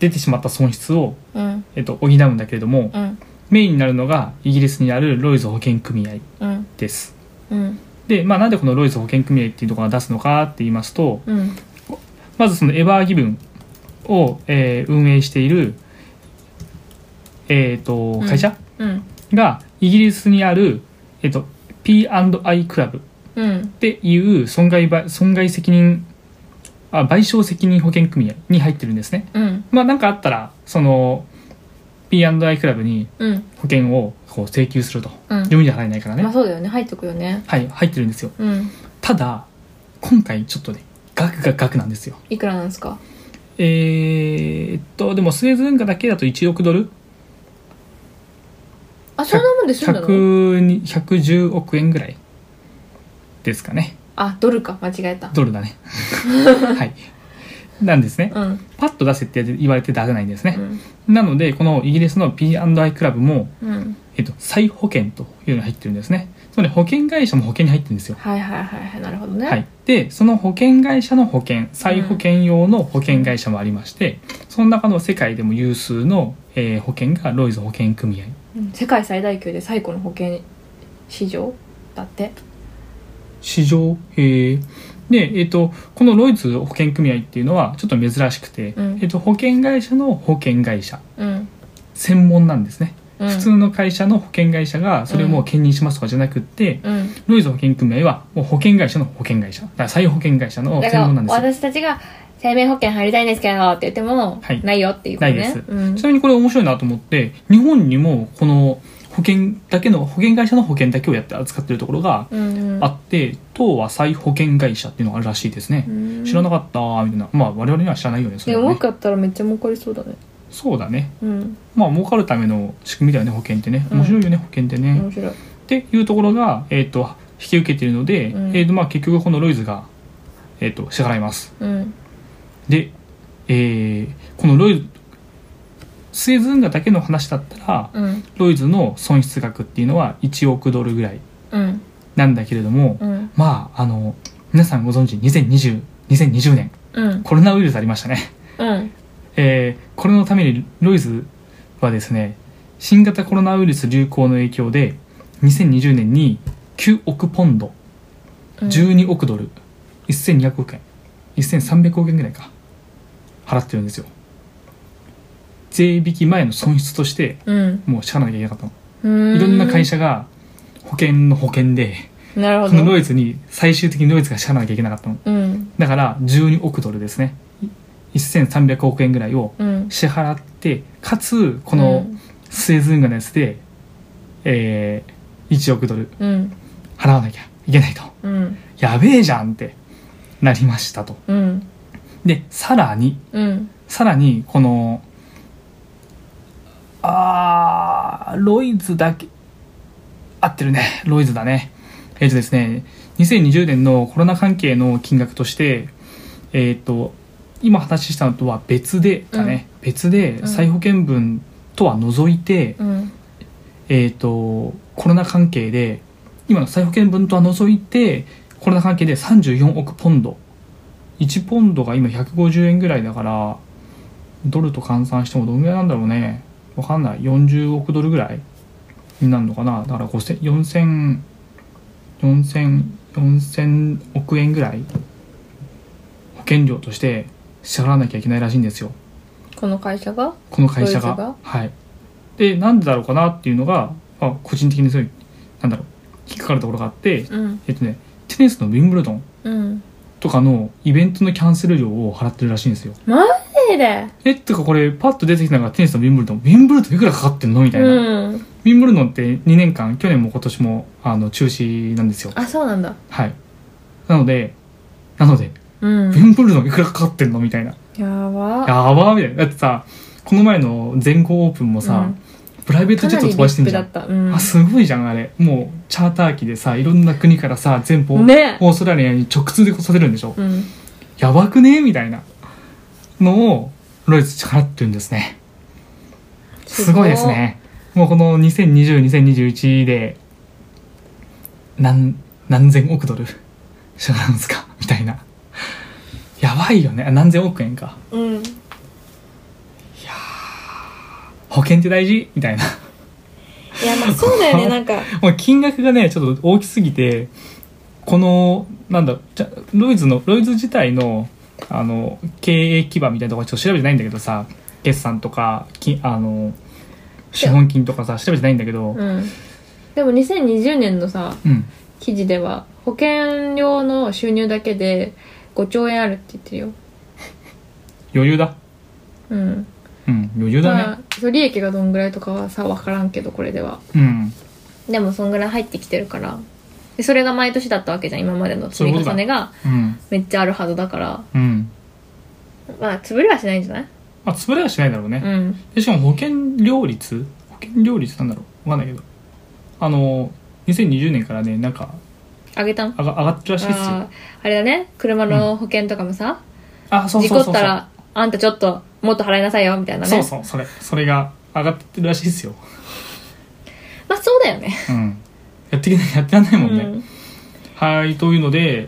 A: 出てしまった損失を、
B: うん
A: えっと補うんだけれども、
B: うん
A: メインになるのがイギリスにあるロイズ保険組合
B: うん
A: です
B: うん
A: で、まあ、なんでこのロイズ保険組合っていうところが出すのかって言いますと
B: うん
A: まずそのエバーギブンを、えー運営している、えー、と
B: うん
A: 会社
B: うん
A: がイギリスにある、えー、と P&I クラブっ
B: うん
A: ていう損害ば損害責任あ賠償責任保険組合に入ってるんですね。
B: うん
A: まあ、なんかあったらその P&I クラブに
B: うん
A: 保険をこう請求すると
B: うん
A: 自分じゃ払えないからね、
B: まあそうだよね入ってくよね
A: はい入ってるんですよ
B: うん
A: ただ今回ちょっとね額が額なんですよ
B: いくらなんですか
A: えー、っとでもスエズ運河だけだと1億ドル
B: あそんなもんで済んだの
A: 100に110億円ぐらいですかね
B: あドルか間違えた
A: ドルだ
B: <laughs>
A: ねはいなんですね
B: うん
A: パッと出せって言われて出せないんです
B: う
A: ね、
B: ん
A: なのでこのイギリスの P&I クラブも、
B: うん
A: えっと、再保険というのに入ってるんですねつまり保険会社も保険に入ってるんですよ
B: はいはいはいはいなるほどね
A: はい、でその保険会社の保険再保険用の保険会社もありまして、その中の世界でも有数の、えー保険がロイズ保険組合
B: うん世界最大級で最古の保険市場だって
A: 市場へーで、えー、とこのロイズ保険組合っていうのはちょっと珍しくて、
B: うん
A: えー、と保険会社の保険会社
B: うん、
A: 専門なんですね、
B: うん、
A: 普通の会社の保険会社がそれをもう兼任しますとかじゃなくって、
B: うん
A: ロイズ保険組合はもう保険会社の保険会社だから再保険会社の
B: だ
A: 専
B: から
A: 門なんですよ
B: 私たちが生命保険入りたいんですけどって言っても、
A: はい
B: ないよっていうこと
A: な
B: ね
A: いです
B: うん
A: ちなみにこれ面白いなと思って日本にもこの保険だけの保険会社の保険だけをやって扱ってるところが
B: うんうん
A: あって当は再保険会社っていうのがあるらしいですね、
B: うん
A: 知らなかったみたいなまあ我々には知らないよねそ
B: で
A: れ
B: もう
A: は
B: ま
A: ね
B: くやったらめっちゃ儲かりそうだね
A: そうだね
B: うん
A: まあ儲かるための仕組みだよね保険ってね
B: うん
A: 面白いよね、保険ってね、っ
B: 面白い
A: ていうところが、えー、と引き受けているので、
B: うん
A: えーとまあ、結局このロイズが、えー、と支払います
B: うん
A: で、えーこのロイズスエズ運河だけの話だったら、
B: うん
A: ロイズの損失額っていうのは1億ドルぐらい
B: うん
A: なんだけれども、
B: うん
A: まああの皆さんご存知2020 2020年
B: うん
A: コロナウイルスありましたね、
B: うん
A: えーこれのためにロイズはですね新型コロナウイルス流行の影響で2020年に9億ポンド12億ドル1200億円1300億円ぐらいか払ってるんですよ税引き前の損失として
B: うん
A: もう支払わなきゃいけなかったの
B: うん
A: いろんな会社が保険の保険で、
B: なるほ
A: この
B: ど
A: ロイズに最終的にロイズが支払わなきゃいけなかったの。
B: うん
A: だから12億ドルですね。1300億円ぐらいを
B: うん
A: 支払って、かつ、このスエズ運河のやつで、えー、1億ドル
B: うん
A: 払わなきゃいけないと。
B: うん
A: やべえじゃんってなりましたと。
B: うん
A: で、さらに、
B: うん
A: さらに、この、あー、ロイズだけ、合ってるね。ロイズだね。えっ、とですね、2020年のコロナ関係の金額として、えっ、と、今話したのとは別でだね。別で、
B: ん
A: 再保険分とは除いて、
B: うん
A: えっ、と、コロナ関係で、今の再保険分とは除いて、コロナ関係で34億ポンド。1ポンドが今150円ぐらいだから、ドルと換算してもどんぐらいなんだろうね。わかんない。40億ドルぐらいになるのかな。だから5000、4000、4000、4000億円ぐらい保険料として支払わなきゃいけないらしいんですよ。
B: この会社が
A: この会社
B: ド
A: が
B: イツが
A: はいでなんでだろうかなっていうのが、まあ、個人的にそういうなんだろう引っかかるところがあって
B: うん
A: えっとねテニスのウィンブルドン
B: うん
A: とかのイベントのキャンセル料を払ってるらしいんですよ
B: マジで
A: えってかこれパッと出てきたのがテニスのウィンブルドンウィンブルドンいくらかかってんのみたいな、ウ
B: うん
A: ィンブルドンって2年間去年も今年もあの中止なんですよ
B: あそうなんだ
A: はいなのでなので、
B: うん
A: ウィンブルドンいくらかかってんのみたいな
B: やば
A: やばーみたいなだってさこの前の全豪オープンもさ、
B: うん
A: プライベート
B: か
A: ジェッ
B: な
A: ト
B: り
A: 飛ばしてんじゃん
B: リップだった、うん
A: あすごいじゃんあれもうチャーター機でさいろんな国からさ全部、
B: ね
A: オーストラリアに直通で来させるんでしょ、
B: うん
A: やばくねみたいなのをロイズ払ってるんですねすごいですねもうこの20202021で何何千億ドル支払うんですかみたいなやばいよねあ何千億円か
B: うん
A: 保険って大事みたいない
B: やまあそうだよねな
A: <laughs>
B: んか
A: もう金額がねちょっと大きすぎてこのなんだろうじゃロイズのロイズ自体のあの経営基盤みたいなところちょっと調べてないんだけどさ決算とかきあの資本金とかさ調べてないんだけど
B: うん、でも2020年のさ
A: うん
B: 記事では保険料の収入だけで5兆円あるって言ってるよ
A: 余裕だ
B: うん
A: うん余裕だね、
B: まあそう利益がどんぐらいとかはさ分からんけどこれでは
A: うん
B: でもそんぐらい入ってきてるからでそれが毎年だったわけじゃん今までの積み重ねが
A: うん
B: めっちゃあるはずだから
A: うん
B: まあ潰れはしないんじゃない
A: まあ潰れはしないだろうね、
B: うん
A: でしかも保険料率保険料率なんだろうわかんないけどあの2020年からねなんか
B: あげたん
A: 上が上がってるらしいっす
B: あ
A: よ
B: ーあれだね車の保険とかもさ、
A: あそう
B: 事
A: そ
B: 故
A: う
B: っ
A: そう
B: た
A: そう
B: らあんたちょっともっと払いなさいよみたいなね
A: そうそうそれそれが上がってるらしいっすよ
B: まあそうだよね
A: うんやってけないやってらんないもんね、
B: うん
A: はいというので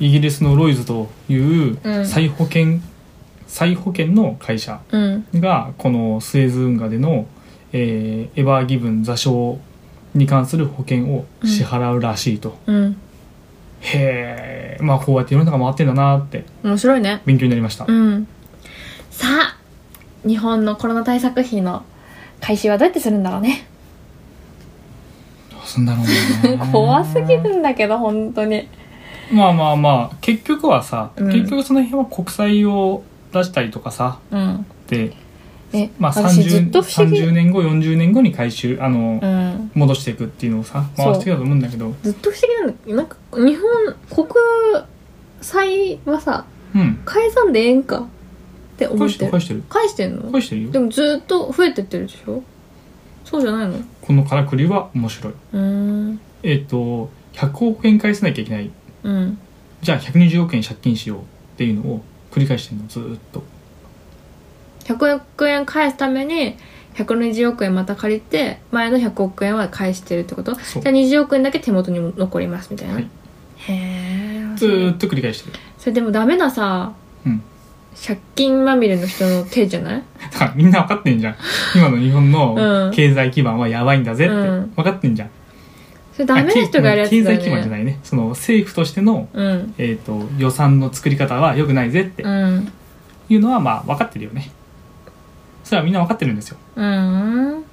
A: イギリスのロイズという
B: うん
A: 再保険、再保険の会社
B: うん
A: がこのスエズ運河での、えーエバーギブン座礁に関する保険を支払うらしいと、
B: うん
A: へえまあこうやって世の中回ってんだなって
B: 面白いね
A: 勉強になりました、
B: うんさあ日本のコロナ対策費の回収はどうやってするんだろうね
A: どうすんだろうね
B: 怖すぎるんだけど本当に
A: まあまあまあ結局はさ、
B: うん
A: 結局その辺は国債を出したりとかさ
B: うん
A: で、
B: え、
A: まあ、
B: 私ず
A: 30,
B: っと不思議、
A: 30年後40年後に回収あの、
B: うん、
A: 戻していくっていうのをさ
B: そう
A: 回してきたと思うんだけど
B: ずっと不思議なんだけどなんか日本国債はさ
A: うん
B: 返さんでええんかって思
A: 返
B: っ
A: して
B: て
A: る
B: る
A: 返してる
B: 返してんの
A: 返してる
B: で
A: よ
B: もずっと増えてってるでしょそうじゃないのう
A: このからくりは面白い
B: ーん
A: えっ、と100億円返さなきゃいけない
B: うん
A: じゃあ120億円借金しようっていうのを繰り返してるのずーっと
B: 100億円返すために120億円また借りて前の100億円は返してるってことじ
A: そう
B: ゃあ20億円だけ手元にも残りますみたいな、
A: はい
B: へえ
A: ずーっと繰り返してる
B: それでもダメなさ
A: うん
B: 借金まみれの人の手じゃない
A: だからみんな分かってんじゃん今の日本
B: う
A: の
B: ん
A: 経済基盤はやばいんだぜって
B: うん
A: 分かってんじゃん、
B: それダメな人がやるやつだよね
A: あ経経済基盤じゃないねその政府としての、
B: うん
A: えー、と予算の作り方は良くないぜって
B: うん
A: いうのはまあ分かってるよねそれはみんな分かってるんですよ
B: うん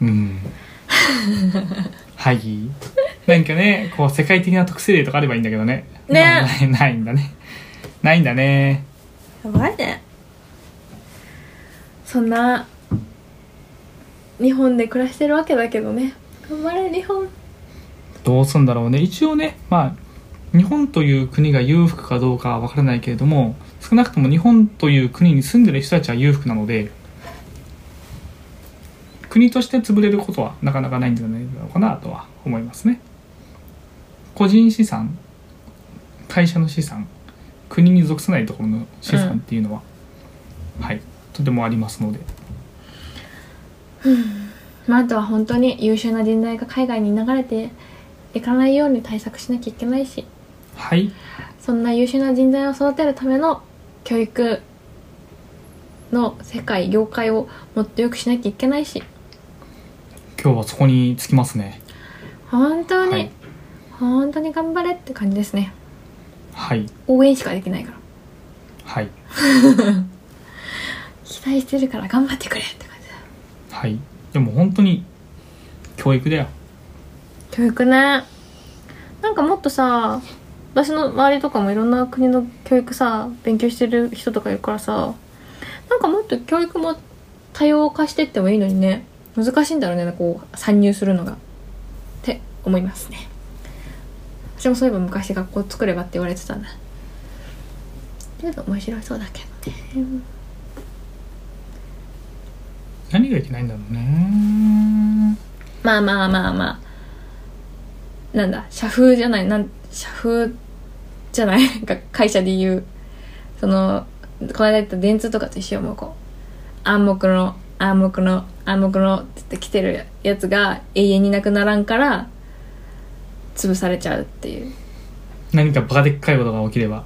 A: うん <laughs> はいなんかねこう世界的な特性例とかあればいいんだけどね
B: ね
A: でもないないんだねないんだね
B: やばいねそんな日本で暮らしてるわけだけどね頑張れ日本
A: どうすんだろうね一応ねまあ日本という国が裕福かどうかは分からないけれども少なくとも日本という国に住んでる人たちは裕福なので国として潰れることはなかなかないんじゃないのかなとは思いますね個人資産会社の資産国に属さないところの資産っていうのは、はいとてもありますので
B: まあ、あとは本当に優秀な人材が海外に流れていかないように対策しなきゃいけないし
A: はい
B: そんな優秀な人材を育てるための教育の世界業界をもっと良くしなきゃいけないし
A: 今日はそこにつきますね
B: 本当に、
A: はい
B: 本当に頑張れって感じですね
A: はい
B: 応援しかできないから
A: はい
B: 期待してるから頑張ってくれって感じだ
A: はいでも本当に教育だよ
B: 教育ねなんかもっとさ私の周りとかもいろんな国の教育さ勉強してる人とかいるからさなんかもっと教育も多様化してってもいいのにね難しいんだろうねこう参入するのがって思いますね私もそういえば昔学校作ればって言われてたなけど面白そうだけどね
A: 何がいけないんだろうね
B: まあまあまあまあなんだ社風じゃないなん社風じゃないなんか会社で言うそのこの間言った電通とかと一緒よもうこう暗黙の暗黙の暗黙のって言って来てるやつが永遠になくならんから潰されちゃうっていう
A: 何かバカでっかいことが起きれば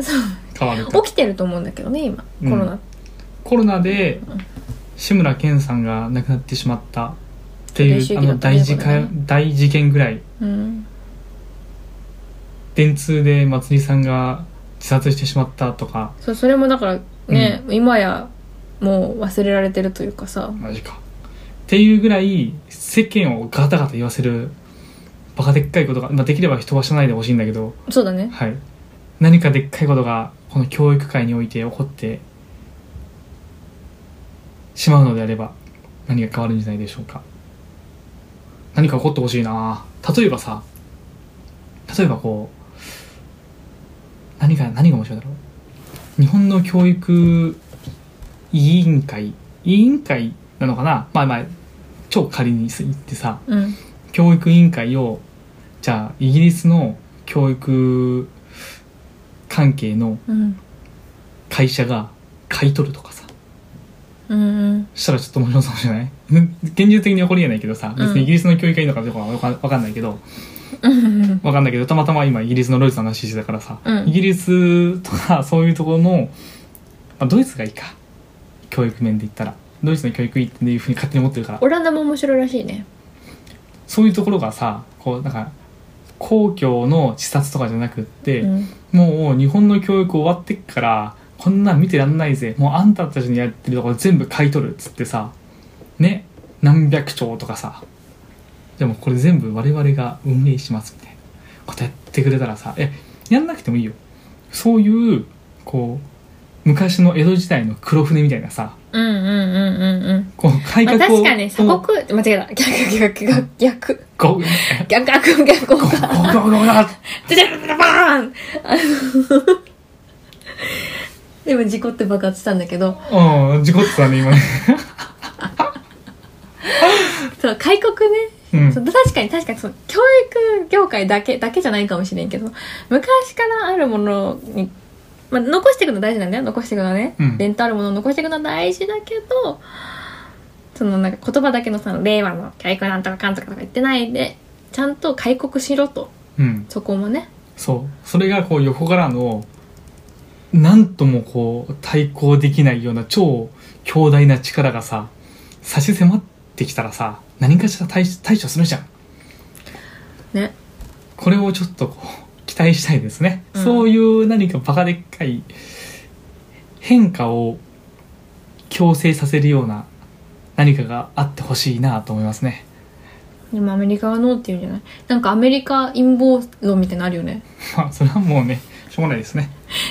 B: そう
A: 変わると
B: 起きてると思うんだけどね今
A: うん
B: コロナ、
A: コロナで志村けんさんが亡くなってしまったって
B: ちょっと一
A: いうあ
B: 周忌だ
A: の
B: ったね
A: 大事
B: これ
A: か
B: ね
A: 大事件ぐらい
B: うん
A: 電通で松井さんが自殺してしまったとか
B: そうそれもだからね、今やもう忘れられてるというかさ
A: マジかっていうぐらい世間をガタガタ言わせるバカでっかいことが、まあ、できれば人は死なないでほしいんだけど、
B: そうだね
A: はい、何かでっかいことがこの教育界において起こってしまうのであれば何が変わるんじゃないでしょうか何か起こってほしいな例えばさ例えばこう何が何が面白いだろう日本の教育委員会委員会なのかなまあまあ超仮に言ってさ
B: うん
A: 教育委員会をじゃあイギリスの教育関係の
B: うん
A: 会社が買い取るとかさ
B: うんうん
A: したらちょっと面白そうじゃない <laughs> 現実的に起こりえないけどさ別
B: うん
A: にイギリスの教育がいいのかどうかはわかわかんないけど
B: うん
A: わかんないけどたまたま今イギリスのドイツの話してたからさ、
B: うん
A: イギリスとかそういうところの、まあ、ドイツがいいか教育面で言ったらドイツの教育委員っていうふうに勝手に思ってるから
B: オランダも面白いらしいね
A: そういうところがさこうなんか公共の自殺とかじゃなくって、
B: うん
A: もう日本の教育終わってっからこんなん見てらんないぜもうあんたたちにやってるところ全部買い取るっつってさね何百兆とかさでもこれ全部我々が運営しますみたいなことやってくれたらさえやんなくてもいいよそういうこう昔の江戸時代の黒船みたいなさ
B: うんうんうんうんうん
A: こう改
B: ま
A: 革
B: あ、
A: を、
B: 確かに鎖
A: こ
B: 国間違えた逆逆逆逆
A: うこう
B: 逆逆逆
A: こうこう
B: 効果
A: こうこうこう
B: じゃじゃじゃバーンあのでも事故って爆発したんだけど
A: うん、事故ってたね、今ね。
B: そう開国ね、
A: うん
B: そう確かに確かにそう教育業界だけだけじゃないかもしれんけど昔からあるものに、まあ、残していくのは大事なんだよ残していくのはね、
A: うん
B: 伝統あるものを残していくのは大事だけどそのなんか言葉だけのさ令和の教育なんとかかんとかとか言ってないでちゃんと開国しろと
A: うん。
B: そこもね
A: そう。それがこう横からの、なんともこう対抗できないような超強大な力がさ、差し迫ってきたらさ、何かしら対対処するじゃん。
B: ね
A: これをちょっとこう、期待したいですね。
B: うん
A: そういう何かバカでっかい変化を強制させるような何かがあってほしいなと思いますね。
B: でもアメリカはノーって言うんじゃないなんかアメリカ陰謀論みたいなのあるよね
A: まあ、それはもうね、しょうがないですね。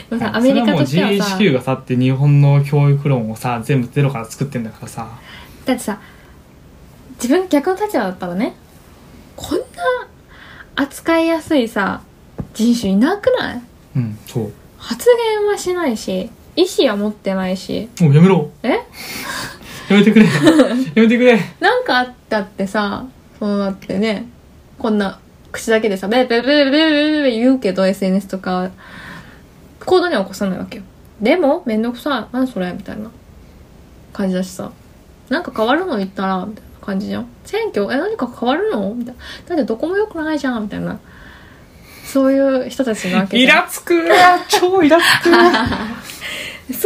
B: でもさアメリカとして
A: それ
B: はさ
A: はもう GHQ がさって日本の教育論をさ全部ゼロから作ってんだからさ
B: だってさ自分逆の立場だったらねこんな扱いやすいさ人種いなくない
A: うんそう
B: 発言はしないし意思は持ってないし
A: もうやめろ
B: え
A: やめてく
B: <laughs>
A: れやめてくれ
B: なんかあったってさそのだってねこんな口だけでさベーベーベーベーベーベーベー言うけど SNS とか行動には起こさないわけよでもめんどくさい何それみたいな感じだしさなんか変わるの言ったらみたいな感じじゃん選挙え何か変わるのみたいなだってどこも良くないじゃんみたいなそういう人たちなわけ
A: イ
B: じゃ
A: ラつく超イラつく
B: <laughs> んそ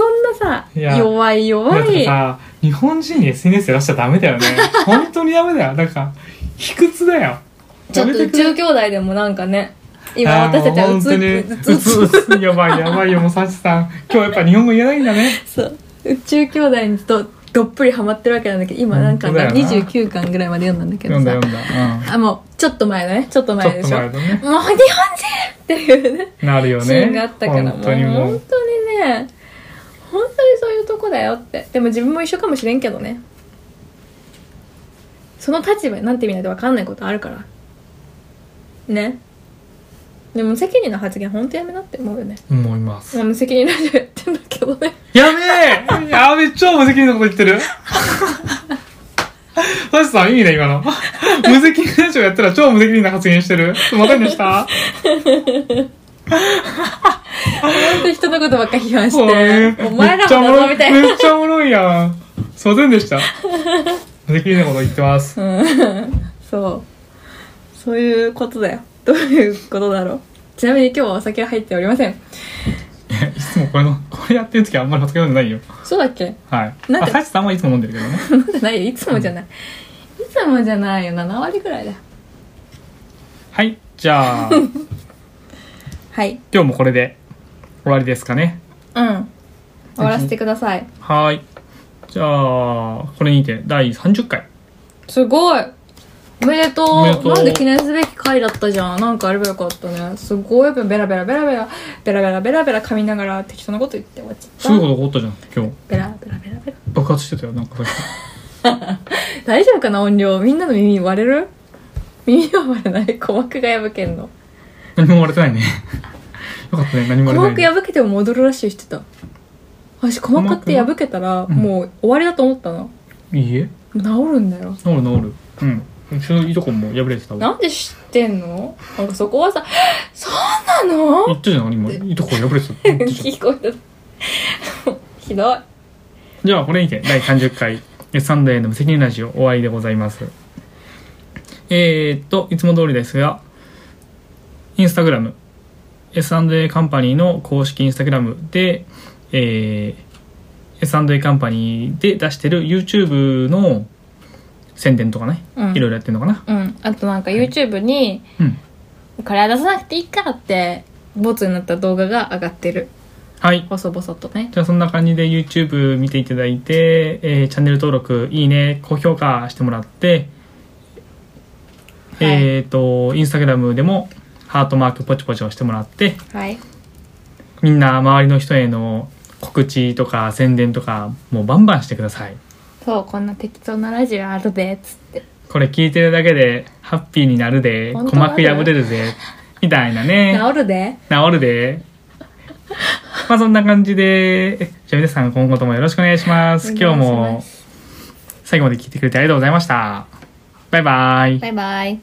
B: んなさ
A: いや
B: 弱い弱
A: だって
B: い
A: さ日本人に SNS やらしちゃダメだよね本当にダメだよなんか卑屈だよ
B: ちょっと
A: やめ
B: 宇
A: てくれ
B: 宙兄弟でもなんかね今私たちは
A: あーも
B: う
A: う本
B: つ
A: 当に
B: うつう
A: う
B: つ
A: つうつやばいやばいよもうサチさん今日やっぱ日本語言えないんだね
B: そう宇宙兄弟にとどっぷりハマってるわけなんだけど今なんか
A: 本当だよな
B: 29巻ぐらいまで読んだんだけ
A: 読
B: ど
A: んだ
B: さ
A: 読んだ、
B: あもうちょっと前だねちょっと
A: うん、ちょ
B: 前
A: っ
B: で
A: と
B: しょ
A: 前だね
B: もう日本人っていうね
A: なるよね
B: シーンがあったからもう
A: 本当にも
B: 本
A: う
B: 当にね本当にそういうとこだよってでも自分も一緒かもしれんけどねその立場になってみないと分かんないことあるからねでも無責任な発言本当やめなって思うよね
A: 思います
B: まあ無責任ラジオやってんだけどね
A: やべえやべえ、超無責任なこと言ってる。サシさん、いいね、今の。無責任ラジオやったら超無責任な発言してる。またでした。
B: 本当に人のことばっか批判し
A: そうね
B: て、お前
A: め
B: ら
A: っちゃお
B: も
A: も
B: 謎
A: ろ
B: み
A: い。
B: たいな。
A: めっちゃおもろいやん。すいませんでした。無責任なこと言ってます。
B: そう。そういうことだよ。どういうことだろう。ちなみに今日はお酒は入っておりません。
A: いつもこれの、これやってる時はあんまりお酒飲んでないよ。
B: そうだっけ
A: はい。
B: なん
A: まあ
B: で
A: サシさんはいつも飲んでるけどね。
B: 飲んでないよ。いつもじゃない。いつもじゃないよ。7割ぐらいだよ。 <laughs>
A: はい、じゃあ、
B: はい
A: 今日もこれで終わりですかね
B: うん終わらせてください
A: はーいじゃあこれにて第30回
B: すごいおめでとう
A: おめでとう
B: なんで記念すべき回だったじゃんなんかあればよかったねすごいベラベラベラベラベラベラベラベラ噛みながら適当なこと言って終わっちゃった
A: すごいこと起こったじゃん今日
B: ベラベラベラベラ
A: 爆発してたよなんかさっき
B: 大丈夫かな音量みんなの耳割れる耳は割れない鼓膜が破けんの
A: <laughs> 何も割れてないね <laughs> よかったね何も割
B: 鼓
A: れ
B: 膜
A: てない、ね、
B: 破けても戻るらしいしてた私鼓膜って破けたら
A: うん
B: もう終わりだと思ったの、
A: いいえ
B: 治るんだよ
A: 治る治るうんうちのいとこも破れてたわ
B: なんで知ってんのなんかそこはさ <gasps> 「そうなの?
A: 言」ったじゃん今いとこ破れてた
B: <laughs>
A: 言ったじゃん
B: 聞こえたひどい
A: じゃあこれにて第30回「サンデーの無責任ラジオ」終わりでございますえー、っといつも通りですがインスタグラム S&A カンパニーの公式インスタグラムで、えー、S&A カンパニーで出してる YouTube の宣伝とかね、
B: うん
A: いろいろやってるのかな
B: うんあとなんか YouTube に
A: うん
B: これは出さなくていいからってボツになった動画が上がってる
A: はい
B: 細々とね
A: じゃあそんな感じで YouTube 見ていただいて、えーチャンネル登録、いいね、高評価してもらって、
B: はい
A: えっ、と、Instagram でもハートマークポチポチをしてもらって、
B: はい
A: みんな周りの人への告知とか宣伝とか、もうバンバンしてください。
B: そうこんな適当なラジオあるでっつって
A: これ聞いてるだけでハッピーになるで、
B: 本
A: 鼓
B: 当だね
A: 膜破れるぜ、みたいなね。
B: 治るで
A: 治るで。まあそんな感じで、じゃあ皆さん今後ともよろしくお願いします。今日
B: お願いし
A: も
B: ます
A: 最後まで聞いてくれてありがとうございました。バイバイ。
B: バイバイ